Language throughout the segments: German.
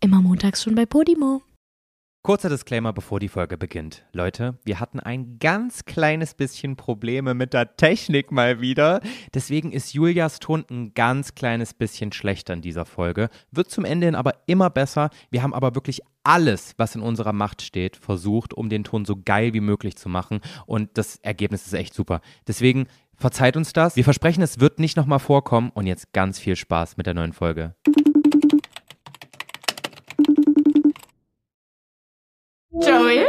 Immer montags schon bei Podimo. Kurzer Disclaimer, bevor die Folge beginnt. Leute, wir hatten ein ganz kleines bisschen Probleme mit der Technik mal wieder. Deswegen ist Julias Ton ein ganz kleines bisschen schlechter in dieser Folge. Wird zum Ende hin aber immer besser. Wir haben aber wirklich alles, was in unserer Macht steht, versucht, um den Ton so geil wie möglich zu machen. Und das Ergebnis ist echt super. Deswegen verzeiht uns das. Wir versprechen, es wird nicht nochmal vorkommen. Und jetzt ganz viel Spaß mit der neuen Folge. Joey?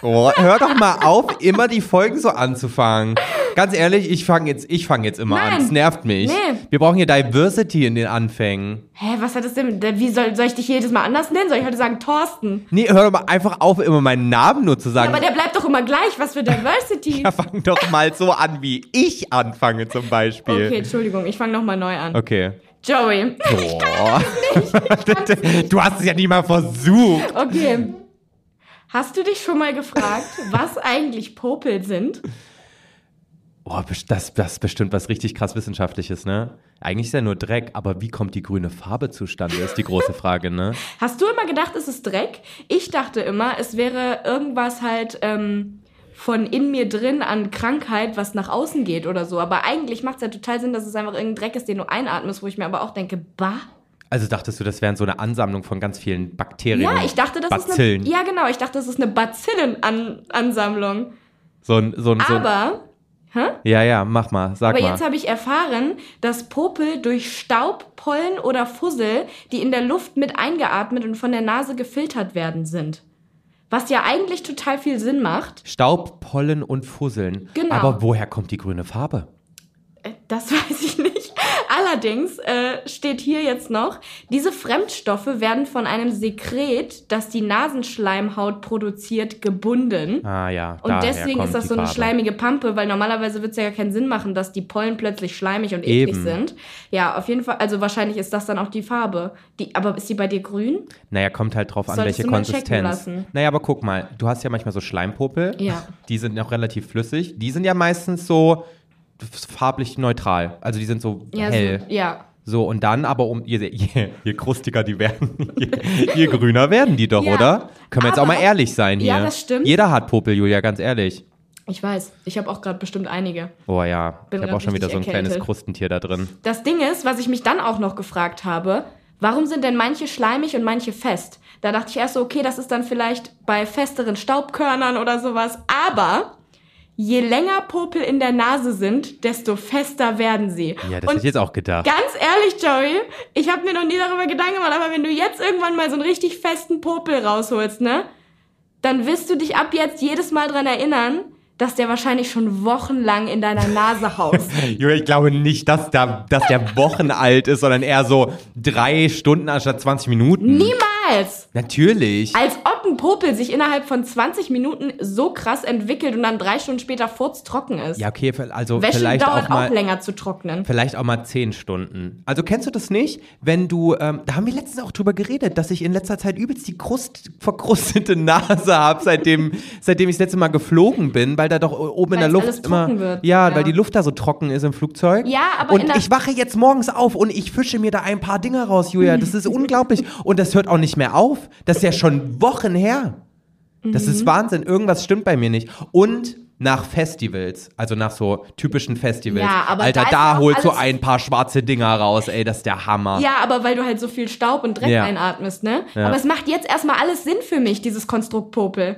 Oh, hör doch mal auf, immer die Folgen so anzufangen. Ganz ehrlich, ich fange jetzt, ich fang jetzt immer an. Nein. Es nervt mich. Nee. Wir brauchen hier Diversity in den Anfängen. Hä, was hat das denn? Wie soll, soll ich dich jedes Mal anders nennen? Soll ich heute sagen Thorsten? Nee, hör doch mal einfach auf, immer meinen Namen nur zu sagen. Aber der bleibt doch immer gleich. Was für Diversity. Ja, fang doch mal so an, wie ich anfange zum Beispiel. Okay, Entschuldigung, ich fange nochmal neu an. Okay. Joey. Boah. du hast es ja nicht mal versucht. Okay. Hast du dich schon mal gefragt, was eigentlich Popel sind? Boah, best- das, das ist bestimmt was richtig krass Wissenschaftliches, ne? Eigentlich ist ja nur Dreck, aber wie kommt die grüne Farbe zustande, ist die große Frage, ne? Hast du immer gedacht, es ist Dreck? Ich dachte immer, es wäre irgendwas halt ähm, von in mir drin an Krankheit, was nach außen geht oder so. Aber eigentlich macht es ja total Sinn, dass es einfach irgendein Dreck ist, den du einatmest, wo ich mir aber auch denke, bah. Also dachtest du, das wären so eine Ansammlung von ganz vielen Bakterien? Ja, und ich dachte, das Bazillen. ist eine. Ja, genau, ich dachte, das ist eine Bazillen-Ansammlung. So ein, so ein, so ein, Aber. ja, ja, mach mal, sag Aber mal. jetzt habe ich erfahren, dass Popel durch Staub, Pollen oder Fussel, die in der Luft mit eingeatmet und von der Nase gefiltert werden sind. Was ja eigentlich total viel Sinn macht. Staub, Pollen und Fusseln. Genau. Aber woher kommt die grüne Farbe? Äh, Das weiß ich nicht. Allerdings äh, steht hier jetzt noch, diese Fremdstoffe werden von einem Sekret, das die Nasenschleimhaut produziert, gebunden. Ah ja. Und daher deswegen kommt ist das die so eine Farbe. schleimige Pampe, weil normalerweise wird es ja gar keinen Sinn machen, dass die Pollen plötzlich schleimig und eklig Eben. sind. Ja, auf jeden Fall, also wahrscheinlich ist das dann auch die Farbe. Die, aber ist die bei dir grün? Naja, kommt halt drauf an, Solltest welche du mal checken Konsistenz. lassen. Naja, aber guck mal, du hast ja manchmal so Schleimpopel. Ja. Die sind noch relativ flüssig. Die sind ja meistens so farblich neutral. Also die sind so Ja, hell. So, ja. So, und dann aber um, je, je, je krustiger die werden, je, je grüner werden die doch, Ja, oder? Können wir jetzt auch aber- mal ehrlich sein hier. Ja, das stimmt. Jeder hat Popel, Julia, ganz ehrlich. Ich weiß, ich habe auch gerade bestimmt einige. Oh ja, ich Bin habe grad auch schon wieder richtig so ein kleines erkältet. Krustentier da drin. Das Ding ist, was ich mich dann auch noch gefragt habe, warum sind denn manche schleimig und manche fest? Da dachte ich erst so, okay, das ist dann vielleicht bei festeren Staubkörnern oder sowas. Aber je länger Popel in der Nase sind, desto fester werden sie. Ja, das und hätte ich jetzt auch gedacht. Ganz ehrlich, Joey, ich habe mir noch nie darüber Gedanken gemacht, aber wenn du jetzt irgendwann mal so einen richtig festen Popel rausholst, ne, dann wirst du dich ab jetzt jedes Mal dran erinnern, dass der wahrscheinlich schon wochenlang in deiner Nase haust. Julia, ich glaube nicht, dass, da, dass der Wochen alt ist, sondern eher so drei Stunden anstatt 20 Minuten. Niemals! Natürlich. Als ob ein Popel sich innerhalb von 20 Minuten so krass entwickelt und dann drei Stunden später furztrocken ist. Ja, okay, also Wäsche vielleicht dauert auch auch, mal. länger zu trocknen. Vielleicht auch mal zehn Stunden. Also kennst du das nicht, wenn du, ähm, da haben wir letztens auch drüber geredet, dass ich in letzter Zeit übelst die Krust, verkrustete Nase habe, seitdem, seitdem ich das letzte Mal geflogen bin, weil da doch oben in der Weil's Luft alles immer, trocken wird. Ja, Ja. weil die Luft da so trocken ist im Flugzeug. Ja, aber in und der- ich wache jetzt morgens auf und ich fische mir da ein paar Dinge raus, Julia. Das ist unglaublich und das hört auch nicht mehr auf. Das ist ja schon Wochen her. Das Mhm. ist Wahnsinn. Irgendwas stimmt bei mir nicht. Und nach Festivals, also nach so typischen Festivals. Ja, aber Alter, da ist da auch holst du alles- ein paar schwarze Dinger raus, ey, das ist der Hammer. Ja, aber weil du halt so viel Staub und Dreck Ja. einatmest, ne? Ja. Aber es macht jetzt erstmal alles Sinn für mich, dieses Konstrukt Popel.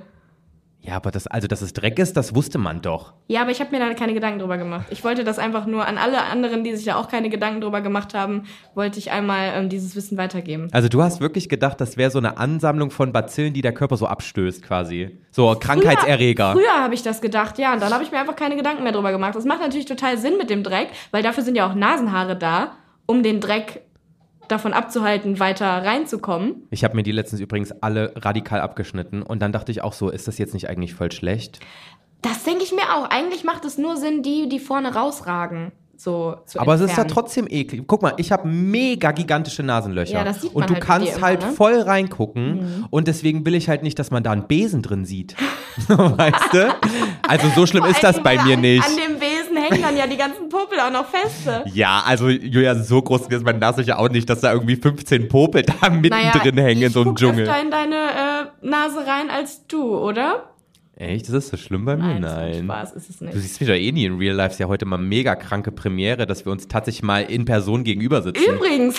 Ja, aber das, also, dass es Dreck ist, das wusste man doch. Ja, aber ich habe mir da keine Gedanken drüber gemacht. Ich wollte das einfach nur an alle anderen, die sich da auch keine Gedanken drüber gemacht haben, wollte ich einmal ähm, dieses Wissen weitergeben. Also, du hast wirklich gedacht, das wäre so eine Ansammlung von Bazillen, die der Körper so abstößt, quasi. So Krankheitserreger. Früher, früher habe ich das gedacht, ja, und dann habe ich mir einfach keine Gedanken mehr drüber gemacht. Das macht natürlich total Sinn mit dem Dreck, weil dafür sind ja auch Nasenhaare da, um den Dreck davon abzuhalten, weiter reinzukommen. Ich habe mir die letztens übrigens alle radikal abgeschnitten und dann dachte ich auch so, ist das jetzt nicht eigentlich voll schlecht? Das denke ich mir auch. Eigentlich macht es nur Sinn, die, die vorne rausragen, so zu Aber es ist ja entfernen. trotzdem eklig. Guck mal, ich habe mega gigantische Nasenlöcher. Ja, das sieht man und du halt bei dir kannst immer, halt ne? Mhm. voll reingucken. Und deswegen will ich halt nicht, dass man da einen Besen drin sieht. weißt du? Also so schlimm ist das bei Vor mir allem, weil nicht. An dem Besen hängen dann ja die ganzen Popel auch noch feste. Ja, also Julia, so groß ist mein Nase ja auch nicht, dass da irgendwie 15 Popel da mittendrin hängen in ich so einem guck Dschungel. öfter in deine äh, Nase rein als du, oder? Echt? Ist das so schlimm bei mir? das ist ein Nein. Spaß ist es Du nicht. siehst mich doch eh nie in Real Life. Ist ja heute mal mega kranke Premiere, dass wir uns tatsächlich mal in Person gegenüber sitzen. Übrigens,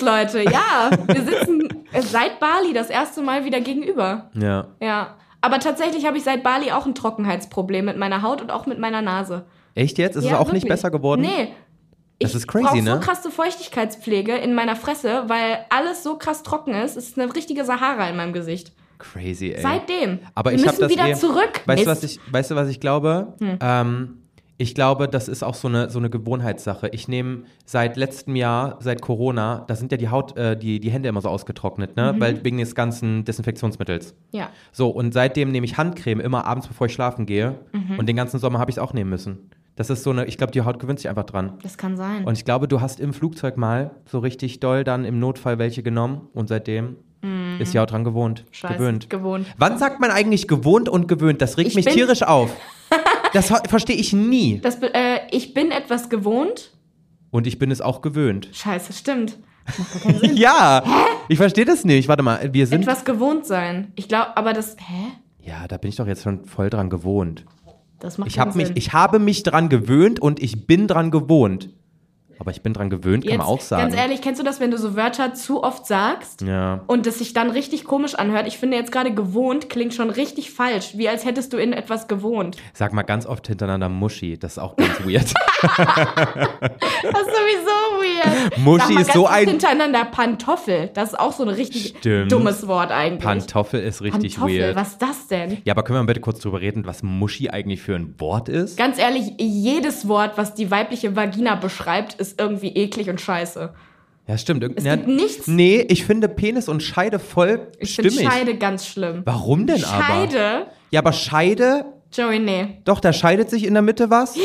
Leute, ja, wir sitzen äh, seit Bali das erste Mal wieder gegenüber. Ja. Ja. Aber tatsächlich habe ich seit Bali auch ein Trockenheitsproblem mit meiner Haut und auch mit meiner Nase. Echt jetzt? Ist es Ja, auch nicht wirklich. besser geworden? Nee. Das ich ist crazy, brauch ne? so krasse Feuchtigkeitspflege in meiner Fresse, weil alles so krass trocken ist. Es ist eine richtige Sahara in meinem Gesicht. Crazy, ey. Seitdem. Aber wir ich hab müssen das wieder eh- zurück. Weißt Mist. Hm. du, was ich, weißt du, was ich glaube? Ähm, ich glaube, das ist auch so eine, so eine Gewohnheitssache. Ich nehme seit letztem Jahr, seit Corona, da sind ja die Haut, äh, die, die Hände immer so ausgetrocknet, ne? Mhm. Weil wegen des ganzen Desinfektionsmittels. Ja. So, und seitdem nehme ich Handcreme immer abends, bevor ich schlafen gehe. Mhm. Und den ganzen Sommer habe ich es auch nehmen müssen. Das ist so eine, ich glaube, die Haut gewöhnt sich einfach dran. Das kann sein. Und ich glaube, du hast im Flugzeug mal so richtig doll dann im Notfall welche genommen und seitdem ist die Haut dran gewohnt. Mhm. Scheiße. Gewöhnt. Gewohnt. Wann sagt man eigentlich gewohnt und gewöhnt? Das regt Ich mich bin- tierisch auf. Das ho- verstehe ich nie. Das, be- äh, ich bin etwas gewohnt. Und ich bin es auch gewöhnt. Scheiße, stimmt. Ja, ich verstehe das nicht. Warte mal, wir sind. Etwas gewohnt sein. Ich glaube, aber das. Hä? Ja, da bin ich doch jetzt schon voll dran gewohnt. Das macht Ich, keinen hab mich, Sinn. ich habe mich dran gewöhnt und ich bin dran gewohnt. Aber ich bin dran gewöhnt, kann man auch sagen. Ganz ehrlich, kennst du das, wenn du so Wörter zu oft sagst? Ja. Und das sich dann richtig komisch anhört. Ich finde jetzt gerade gewohnt klingt schon richtig falsch, wie als hättest du in etwas gewohnt. Sag mal ganz oft hintereinander Muschi. Das ist auch ganz weird. Das ist sowieso weird. Muschi Sag mal ist ganz so oft ein- hintereinander Pantoffel. Das ist auch so ein richtig Stimmt. dummes Wort eigentlich. Pantoffel ist richtig Pantoffel, weird. was ist das denn? Ja, aber können wir mal bitte kurz drüber reden, was Muschi eigentlich für ein Wort ist? Ganz ehrlich, jedes Wort, was die weibliche Vagina beschreibt, ist irgendwie eklig und scheiße. Ja, stimmt. Irgend- Es ja, gibt nichts. Nee, ich finde Penis und Scheide voll Ich finde stimmig. Scheide ganz schlimm. Warum denn aber? Scheide? Ja, aber Scheide, Joey, nee. doch, da scheidet sich in der Mitte was.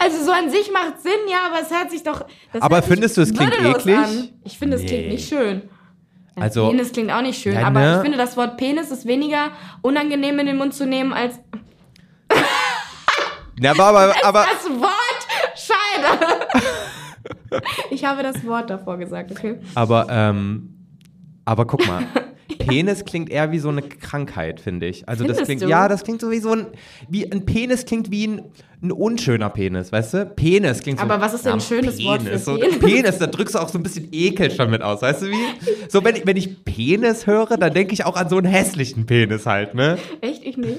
Also so an sich macht Sinn, ja, aber es hört sich doch. Das Aber hört sich findest du, es klingt würdelos eklig? An. Ich finde, es Nee. klingt nicht schön. Ja, Also- Penis klingt auch nicht schön, Ja, aber ne? ich finde, das Wort Penis ist weniger unangenehm in den Mund zu nehmen als Na, aber, aber, aber das Wort Scheide. ich habe das Wort davor gesagt, okay? Aber, ähm, aber guck mal. Penis klingt eher wie so eine Krankheit, finde ich. Also das Findest klingt, du? ja, das klingt so wie so ein, wie ein Penis klingt wie ein, ein unschöner Penis, weißt du? Penis klingt so. Aber was ist denn ein schönes Penis, Wort für so, Penis? Penis, da drückst du auch so ein bisschen Ekel schon mit aus, weißt du wie? So, wenn, ich- wenn ich Penis höre, dann denke ich auch an so einen hässlichen Penis halt, ne? Echt? Ich nicht.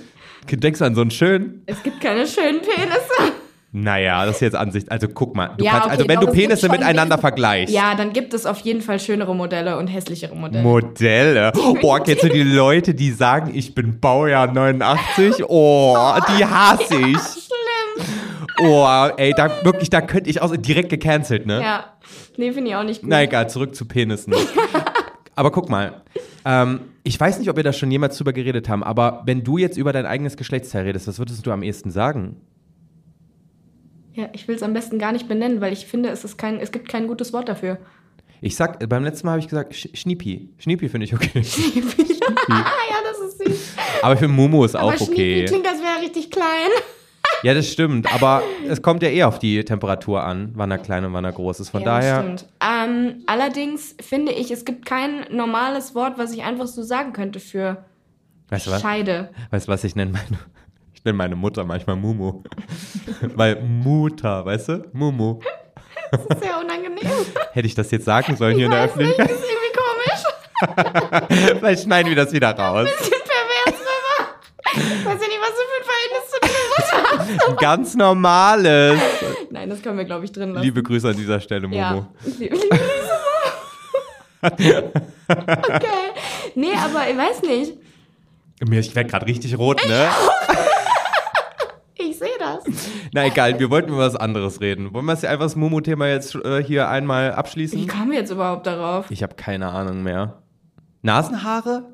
Denkst du an so einen schönen? Es gibt keine schönen Penisse. Naja, das ist jetzt Ansicht. Also guck mal, du Ja, kannst, okay, also wenn doch, du es gibt Penisse schon miteinander Wesen- vergleichst. Ja, dann gibt es auf jeden Fall schönere Modelle und hässlichere Modelle. Modelle. Boah, kennst du die Leute, die sagen, ich bin Baujahr 89? Oh, die hasse ich. Schlimm. Oh, ey, da wirklich, da könnte ich auch direkt gecancelt, ne? Ja. Nee, finde ich auch nicht gut. Na egal, zurück zu Penissen. aber guck mal, ähm, ich weiß nicht, ob wir da schon jemals drüber geredet haben, aber wenn du jetzt über dein eigenes Geschlechtsteil redest, was würdest du am ehesten sagen? Ja, ich will es am besten gar nicht benennen, weil ich finde, es, ist kein, es gibt kein gutes Wort dafür. Ich sag, äh, beim letzten Mal habe ich gesagt, Sch Schniepi. Schniepi finde ich okay. Ah ja, das ist süß. Aber für Mumu ist Aber Hm. auch Schniepi okay. klingt, als wäre er richtig klein. Ja, das stimmt, aber es kommt ja eh auf die Temperatur an, wann er klein und wann er groß ist. Von Ja, das daher. stimmt. Ähm, allerdings finde ich, es gibt kein normales Wort, was ich einfach so sagen könnte für Weißt du was? Scheide. Weißt du was? Ich nenne meine, ich nenne meine Mutter manchmal Mumu. Weil Mutter, weißt du? Mumu. Das ist sehr unangenehm. Hätte ich das jetzt sagen sollen hier in der Weiß nicht, Öffentlichkeit? das ist irgendwie komisch. Vielleicht schneiden wir das wieder raus. Bisschen pervers, Mama. Ich weiß ja nicht, was du für ein Verhältnis zu dir Ein Ganz normales. hast. Nein, das können wir, glaube ich, drin lassen. Liebe Grüße an dieser Stelle, Mumu. ja. Ich liebe liebe diese Mama. Okay. Nee, aber ich weiß nicht. Mir, ich werde gerade richtig rot, ne? Ich sehe das. Na egal, wir wollten über was anderes reden. Wollen wir das- einfach das Mumu-Thema jetzt äh, hier einmal Wie abschließen? kamen wir jetzt überhaupt darauf? Ich habe keine Ahnung mehr. Nasenhaare?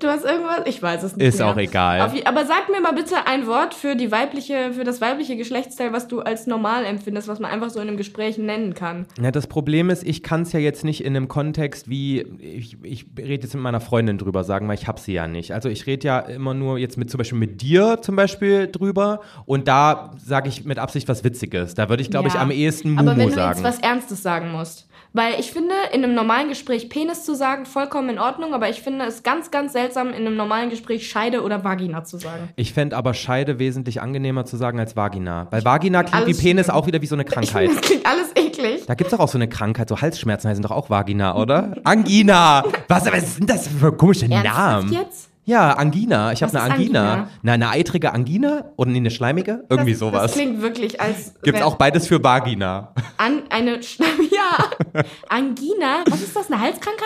Du hast irgendwas? Ich weiß es nicht. Ist mehr. auch egal. Auf je- aber sag mir mal bitte ein Wort für die weibliche, für das weibliche Geschlechtsteil, was du als normal empfindest, was man einfach so in einem Gespräch nennen kann. Na, das Problem ist, ich kann es ja jetzt nicht in einem Kontext wie, ich, ich rede jetzt mit meiner Freundin drüber sagen, weil ich hab sie ja nicht. Also ich rede ja immer nur jetzt mit zum Beispiel mit dir zum Beispiel drüber und da sage ich mit Absicht was Witziges. Da würde ich, glaube ich, Ja. am ehesten Aber wenn Mumu du jetzt sagen. was Ernstes sagen musst. Weil ich finde, in einem normalen Gespräch Penis zu sagen, vollkommen in Ordnung, aber ich finde es ganz, ganz seltsam, in einem normalen Gespräch Scheide oder Vagina zu sagen. Ich fänd aber Scheide wesentlich angenehmer zu sagen als Vagina. Weil Vagina klingt wie Alles Penis auch wieder wie so eine Ich finde, Krankheit. das klingt alles eklig. Da gibt's doch auch so eine Krankheit, so Halsschmerzen heißen doch auch Vagina, oder? Angina! Was, was sind das für komische Ernsthaft Namen? jetzt? Ja, Angina. Ich habe Was eine ist Angina. Angina? Na, eine eitrige Angina oder nee, eine schleimige? Irgendwie das, Das sowas. klingt wirklich als. Gibt's wär- auch beides für Vagina. An, eine. Sch ja. Angina. Was ist das? Eine Halskrankheit?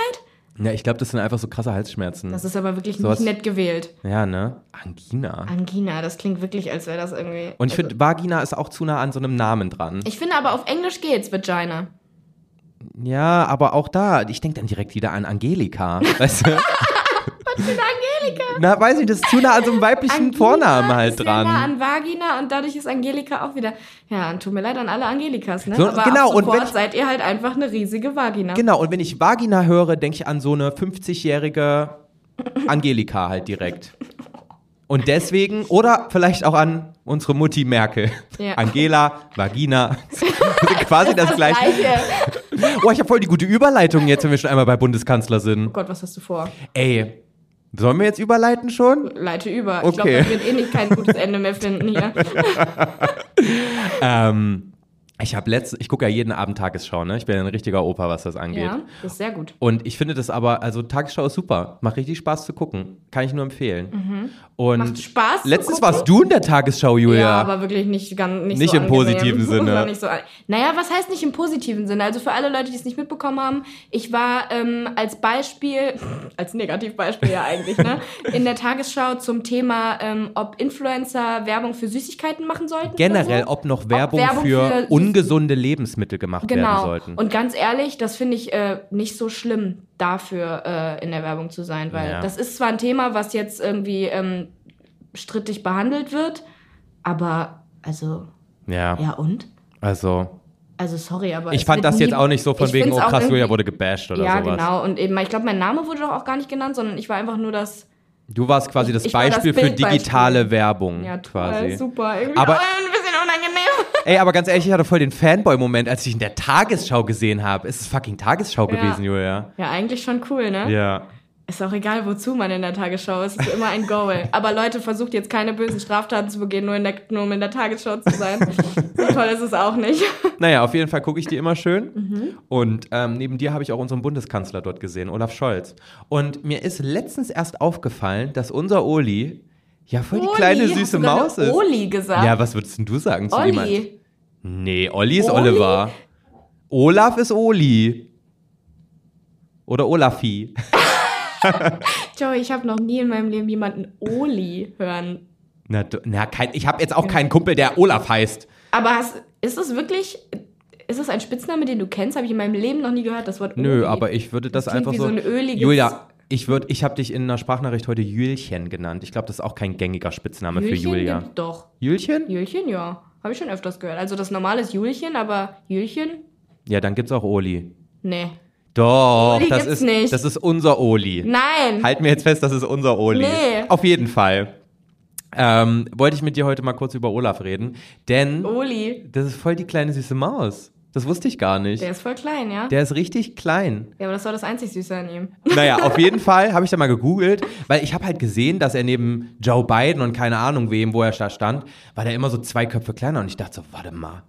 Ja, ich glaube, das sind einfach so krasse Halsschmerzen. Das ist aber wirklich Sowas- nicht nett gewählt. ja, ne? Angina. Angina, das klingt wirklich, als wäre das irgendwie. also Und ich finde, Vagina ist auch zu nah an so einem Namen dran. Ich finde aber auf Englisch geht's, Vagina. Ja, aber auch da, ich denke dann direkt wieder an Angelika. Weißt du? Angelika! Na, weiß ich, das ist zu nah an so einem weiblichen Vornamen halt ist dran. Ja nah an Vagina und dadurch ist Angelika auch wieder. Ja, und tut mir leid an alle Angelikas, ne? So, aber genau, ab und wenn sofort ich- seid ihr halt einfach eine riesige Vagina. Genau, und wenn ich Vagina höre, denke ich an so eine 50-jährige Angelika halt direkt. Und deswegen, oder vielleicht auch an unsere Mutti Merkel. Ja. Angela, Vagina, quasi das, Das gleiche. Gleiche. Oh, ich habe voll die gute Überleitung jetzt, wenn wir schon einmal bei Bundeskanzler Oh sind. Gott, was hast du vor? Ey, sollen wir jetzt überleiten schon? Leite über. Ich glaube, Okay. das wird eh nicht kein gutes Ende mehr finden hier. Ähm, ich habe letzte, ich gucke ja jeden Abend Tagesschau, ne? Ich bin ja ein richtiger Opa, was das angeht. Ja, das ist sehr gut. Und ich finde das aber, also Tagesschau ist super, macht richtig Spaß zu gucken, kann ich nur empfehlen. Und Mhm. Macht Spaß zu Letztens gucken? warst du in der Tagesschau, Julia. Ja, aber wirklich nicht ganz nicht, Nicht so im angenehm. positiven Sinne. War Nicht so, an- naja, was heißt nicht im positiven Sinne? Also für alle Leute, die es nicht mitbekommen haben, ich war ähm, als Beispiel, als Negativbeispiel ja eigentlich, ne, in der Tagesschau zum Thema, ähm, ob Influencer Werbung für Süßigkeiten machen sollten. Generell, oder so. ob noch Werbung, Werbung für, für- ungesunde Lebensmittel gemacht werden Genau. sollten. Und ganz ehrlich, das finde ich äh, nicht so schlimm, dafür äh, in der Werbung zu sein, weil Ja. das ist zwar ein Thema, was jetzt irgendwie ähm, strittig behandelt wird, aber also, ja, ja und? also Also sorry, aber ich es fand wird das nie- jetzt auch nicht so von Ich wegen, find's oh auch krass, Julia irgendwie- wurde gebasht oder ja, sowas. genau. Und eben, ich glaube, mein Name wurde doch auch gar nicht genannt, sondern ich war einfach nur das. Du warst quasi das Ich war das Beispiel für Bildbeispiel. digitale Werbung Ja, toll, Hm, quasi. super. Irgendwie Aber- aber ein bisschen unangenehm. Ey, aber ganz ehrlich, ich hatte voll den Fanboy-Moment, als ich in der Tagesschau gesehen habe. Es ist fucking Tagesschau Ja. gewesen, Julia. Ja, eigentlich schon cool, ne? Ja. Ist auch egal, wozu man in der Tagesschau ist. Es ist immer ein Goal. aber Leute, versucht jetzt keine bösen Straftaten zu begehen, nur, in der, nur um in der Tagesschau zu sein. so toll ist es auch nicht. Naja, auf jeden Fall gucke ich die immer schön. Mhm. Und ähm, neben dir habe ich auch unseren Bundeskanzler dort gesehen, Olaf Scholz. Und mir ist letztens erst aufgefallen, dass unser Oli ja voll die kleine Oli, hast süße du gerade Maus ist. Oli gesagt. Ja, was würdest denn du sagen zu jemandem? Olli. Nee, Olli ist Oli? Oliver. Olaf ist Oli. Oder Olafi. Joey, ich habe noch nie in meinem Leben jemanden Oli hören. Na, du- na kein, ich habe jetzt auch keinen Kumpel, der Olaf heißt. Aber hast, ist es wirklich. Ist es ein Spitzname, den du kennst? Habe ich in meinem Leben noch nie gehört, das Wort Nö, Oli. aber ich würde das, Das klingt einfach wie so. so ein öliges- Julia, ich, würd- ich habe dich in einer Sprachnachricht heute Jülchen genannt. Ich glaube, das ist auch kein gängiger Spitzname Jülchen für Julia. gibt's Doch. Jülchen? Jülchen, ja. Habe ich schon öfters gehört. Also das normale ist Jülchen, aber Jülchen? Ja, dann gibt's auch Oli. Nee. Doch, Oli das gibt's ist nicht. das ist unser Oli. Nein! Halt mir jetzt fest, das ist unser Oli. Nee. Auf jeden Fall. Ähm, wollte ich mit dir heute mal kurz über Olaf reden, denn Oh. Oli. das ist voll die kleine süße Maus. Das wusste ich gar nicht. Der ist voll klein, ja? Der ist richtig klein. ja, aber das war das einzig Süße an ihm. Naja, auf jeden Fall habe ich da mal gegoogelt, weil ich habe halt gesehen, dass er neben Joe Biden und keine Ahnung wem, wo er da stand, war der immer so zwei Köpfe kleiner und ich dachte so, warte mal,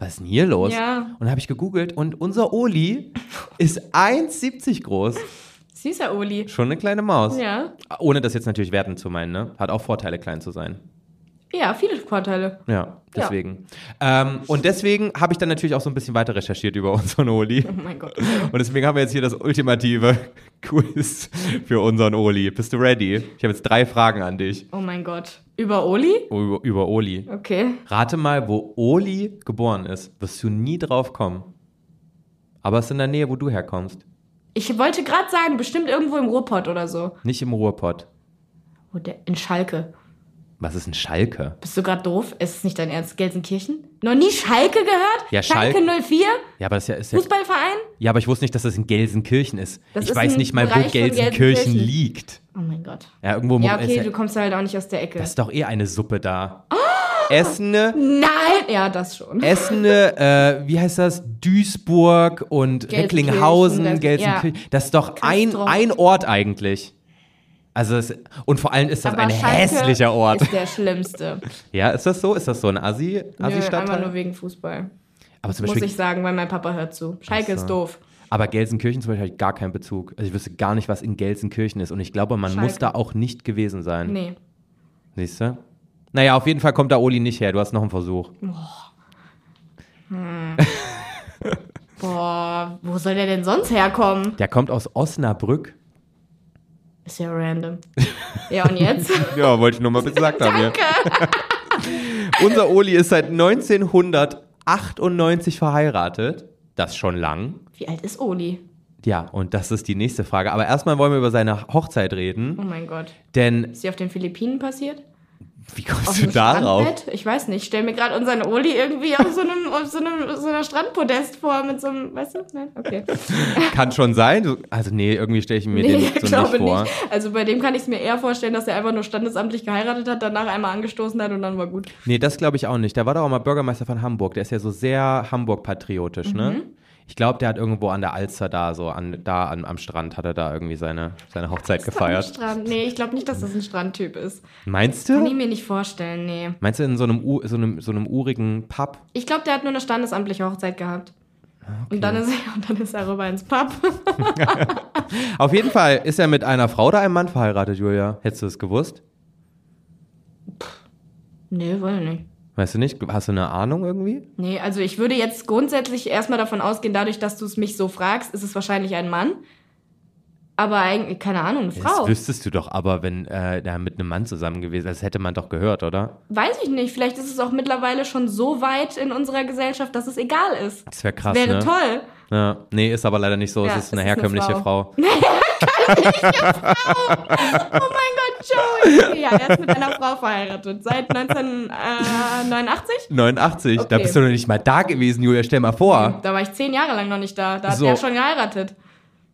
was ist denn hier los? Ja. Und habe ich gegoogelt und unser Oli ist 1,70 groß. Süßer Oli. Schon eine kleine Maus. Ja. Ohne das jetzt natürlich werten zu meinen, ne? Hat auch Vorteile, klein zu sein. Ja, viele Vorteile. Ja, Ja. deswegen. Ähm, und deswegen habe ich dann natürlich auch so ein bisschen weiter recherchiert über unseren Oli. Oh mein Gott. Und deswegen haben wir jetzt hier das ultimative Quiz für unseren Oli. Bist du ready? Ich habe jetzt drei Fragen an dich Oh mein Gott. Über Oli? über, über Oli. Okay. Rate mal, wo Oli geboren ist. Wirst du nie drauf kommen. Aber es ist in der Nähe, wo du herkommst. Ich wollte gerade sagen, bestimmt irgendwo im Ruhrpott oder so. Nicht im Ruhrpott. Oh, der, in Schalke. Was ist ein Schalke? Bist du gerade doof? Ist es nicht dein Ernst? Gelsenkirchen? Noch nie Schalke gehört? Ja, Schalke 04? Ja, aber das ist ja, ist ja, Fußballverein? ja, aber ich wusste nicht, dass das in Gelsenkirchen ist. Das ich ist weiß ein nicht mal, wo Bereich von Gelsenkirchen, Gelsenkirchen. liegt. Oh mein Gott. Ja, irgendwo Ja, mu- ist okay, ja- du Ah! kommst halt auch nicht aus der Ecke. Das ist doch eh eine Suppe da. Essen, ne? Nein! Ja, das schon. Essen, äh, wie heißt das? Duisburg und Gelsenkirchen, Recklinghausen, das- Gelsenkirchen. Das ist doch ein, Castrop. ein Ort eigentlich. Also es, und vor allem ist das Aber ein Schalke hässlicher Ort. Ist der schlimmste. Ja, ist das so? Ist das so ein Assi, Nö, einfach nur Assi-Stadtteil? wegen Fußball. Aber halt? zum Muss Beispiel, ich sagen, weil mein Papa hört zu. Schalke Ach so. ist doof. aber Gelsenkirchen zum Beispiel hat gar keinen Bezug. Also ich wüsste gar nicht, was in Gelsenkirchen ist. Und ich glaube, man muss Schalke. da auch nicht gewesen sein. Nee. Siehst du? Naja, auf jeden Fall kommt da Oli nicht her. Du hast noch einen Versuch. Boah, wo soll der denn sonst herkommen? Der kommt aus Osnabrück. Ist ja random. Ja, und jetzt? Ja, wollte ich nur mal gesagt haben. Danke. Unser Oli ist seit 1998 verheiratet. Das ist schon lang. Wie alt ist Oli? Ja, und das ist die nächste Frage. Aber erstmal wollen wir über seine Hochzeit Oh reden. mein Gott. Denn, Ist sie auf den Philippinen passiert? wie kommst Auf du dem darauf? Strandbett? Ich weiß nicht. Ich stell mir gerade unseren Oli irgendwie auf so einem, auf so einem so einer Strandpodest vor mit so einem, weißt du? Nein? Okay. Kann schon sein. Du- Also, nee, irgendwie stelle ich mir den so nicht vor. Also bei dem kann ich es mir eher vorstellen, dass er einfach nur standesamtlich geheiratet hat, danach einmal angestoßen hat und dann war gut. Nee, das glaube ich auch nicht. Der war doch auch mal Bürgermeister von Hamburg. Der ist ja so sehr Hamburg-patriotisch, ne? Mhm. Ich glaube, der hat irgendwo an der Alster da, so an, da an, am Strand, hat er da irgendwie seine, seine Hochzeit Am gefeiert. Strand. Nee, ich glaube nicht, dass das ein Strandtyp ist. Meinst Kann ich du? mir nicht vorstellen, nee. Meinst du in so einem, u- so einem, so einem urigen Pub? Ich glaube, der hat nur eine standesamtliche Hochzeit gehabt. Ah, Und, dann ist er, und dann ist er rüber ins Pub. Auf jeden Fall ist er mit einer Frau oder einem Mann verheiratet, Julia. Hättest du es gewusst? Nee, wohl nicht. Weißt du nicht? Hast du eine Ahnung irgendwie? Nee, also ich würde jetzt grundsätzlich erstmal davon ausgehen, dadurch, dass du es mich so fragst, ist es wahrscheinlich ein Mann. Aber eigentlich, keine Ahnung, eine Frau. Das wüsstest du doch aber, wenn äh, der mit einem Mann zusammen gewesen ist. Das hätte man doch gehört, oder? Weiß ich nicht. Vielleicht ist es auch mittlerweile schon so weit in unserer Gesellschaft, dass es egal ist. Das wäre krass, ne? Wäre toll. Ja. Nee, ist aber leider nicht so. Ja, es ist eine es ist eine herkömmliche Frau. Frau. Oh mein Gott, Joey! Ja, er ist mit einer Frau verheiratet. Seit äh, 1989? 89, da Okay. Mhm. bist du noch nicht mal da gewesen, Julia. Stell mal vor. Da war ich zehn Jahre lang noch nicht da. Da hat So. er schon geheiratet.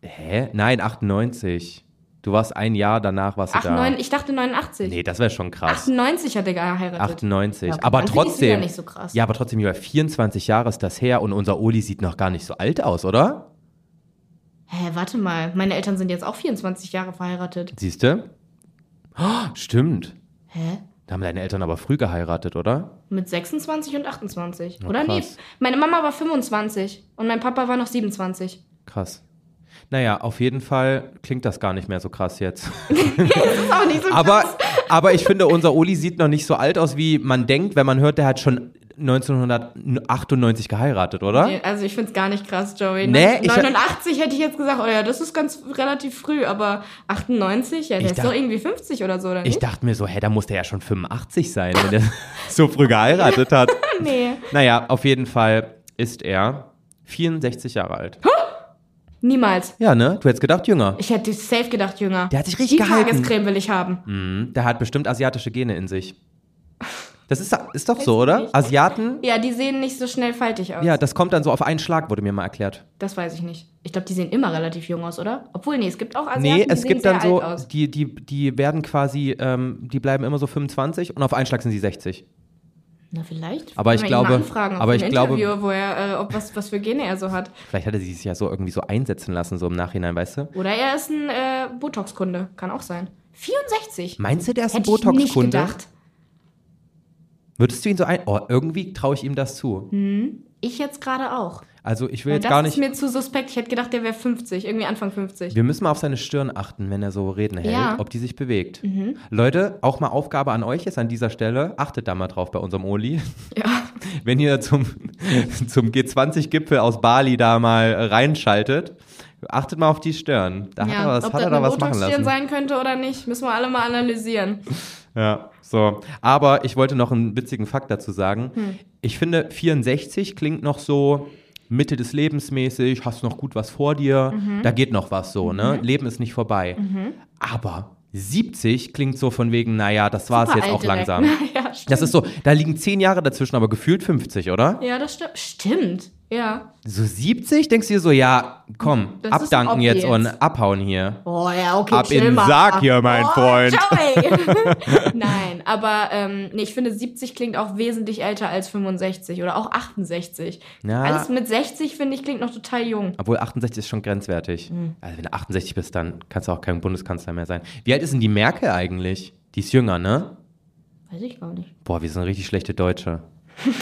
Hä? Nein, 98. Du warst ein Jahr danach, warst du Ach, da. neun, ich dachte 89. nee, das wäre schon krass. 98 hat er geheiratet. 98. Ja, okay, aber dann finde ich's wieder trotzdem. nicht so krass. Ja, aber trotzdem, Julia, 24 Jahre ist das her und unser Oli sieht noch gar nicht so alt aus, oder? Hä, warte mal. Meine Eltern sind jetzt auch 24 Jahre verheiratet. Siehst du? Oh, stimmt. Hä? Da haben deine Eltern aber früh geheiratet, oder? Mit 26 und 28. Na, Oder nee. krass. Meine Mama war 25 und mein Papa war noch 27. Krass. Naja, auf jeden Fall klingt das gar nicht mehr so krass jetzt. Das ist auch nicht so Aber, aber ich finde, unser Oli sieht noch nicht so alt aus, wie man denkt, wenn man hört, der hat schon 1998 geheiratet, oder? Nee, Also ich find's gar nicht krass, Joey. Nee, ich- 89 hätte ich jetzt gesagt, oh ja, das ist ganz relativ früh, aber 98, ja, der Ich ist dacht- doch irgendwie 50 oder so, oder Ich nicht? dachte mir so, hä, da muss der ja schon 85 sein, wenn der so früh geheiratet hat. nee. Naja, auf jeden Fall ist er 64 Jahre alt. Niemals. Ja, ne? Du hättest gedacht, jünger. Ich hätte safe gedacht, Jünger. Der hat sich richtig gehalten. Die Tagescreme will ich haben. Mhm, der hat bestimmt asiatische Gene in sich. Das ist, ist doch so, Weiß oder? nicht. Asiaten? Ja, die sehen nicht so schnell faltig aus. Ja, das kommt dann so auf einen Schlag, wurde mir mal erklärt. Das weiß ich nicht. Ich glaube, die sehen immer relativ jung aus, oder? Obwohl, nee, es gibt auch Asiaten, nee, die es sehen gibt sehr dann so, alt aus. die, die, die werden quasi, ähm, die bleiben immer so 25 und auf einen Schlag sind sie 60. Na, vielleicht. Aber ich Können wir ihn mal glaube- Anfragen auf aber dem ich glaube- Interview, wo er, äh, ob was, was für Gene er so hat. Vielleicht hat er sie sich ja so irgendwie so einsetzen lassen, so im Nachhinein, weißt du? Oder er ist ein äh, Botox-Kunde. Kann auch sein. 64. Meinst du, der ist ein Hätte ich nicht Botox-Kunde? gedacht. Würdest du ihn so ein... Oh, irgendwie traue ich ihm das zu. Ich jetzt gerade auch. Also ich will Weil jetzt Hm. das gar ist nicht... mir zu suspekt. Ich hätte gedacht, der wäre 50, irgendwie Anfang 50. Wir müssen mal auf seine Stirn achten, wenn er so Reden hält, Ja. Mhm. ob die sich bewegt. Leute, auch mal Aufgabe an euch ist an dieser Stelle, achtet da mal drauf bei unserem Oli. Ja. Wenn ihr zum, zum G20-Gipfel aus Bali da mal reinschaltet, achtet mal auf die Stirn. Da hat ja. er, was, Ob hat das er da eine was machen Botox-Stirn lassen. sein könnte oder nicht, müssen wir alle mal analysieren. Ja, so. Hm. Aber ich wollte noch einen witzigen Fakt dazu sagen. Ich finde, 64 klingt noch so Mitte des Lebens mäßig, hast noch gut was vor dir, Mhm. da geht noch was so, ne? Leben ist nicht vorbei. Aber 70 klingt so von wegen, naja, das war es Super jetzt alt auch direkt. langsam. Ja, stimmt. Das ist so, da liegen 10 Jahre dazwischen, aber gefühlt 50, oder? ja, das stimmt. Stimmt. Ja. So 70 denkst du dir so, ja, komm, Das ist ein abdanken Ob jetzt, jetzt. und abhauen hier. Oh ja, okay, Ab chill in den mal. Sarg hier, mein oh, Freund. Joey. Nein, aber ähm, nee, ich finde 70 klingt auch wesentlich älter als 65 oder auch 68. Ja. Alles mit 60 finde ich klingt noch total jung. Obwohl 68 ist schon grenzwertig. Hm. Also wenn du 68 bist, dann kannst du auch kein Bundeskanzler mehr sein. Wie alt ist denn die Merkel eigentlich? Die ist jünger, ne? Weiß ich gar nicht. Boah, wir sind richtig schlechte Deutsche.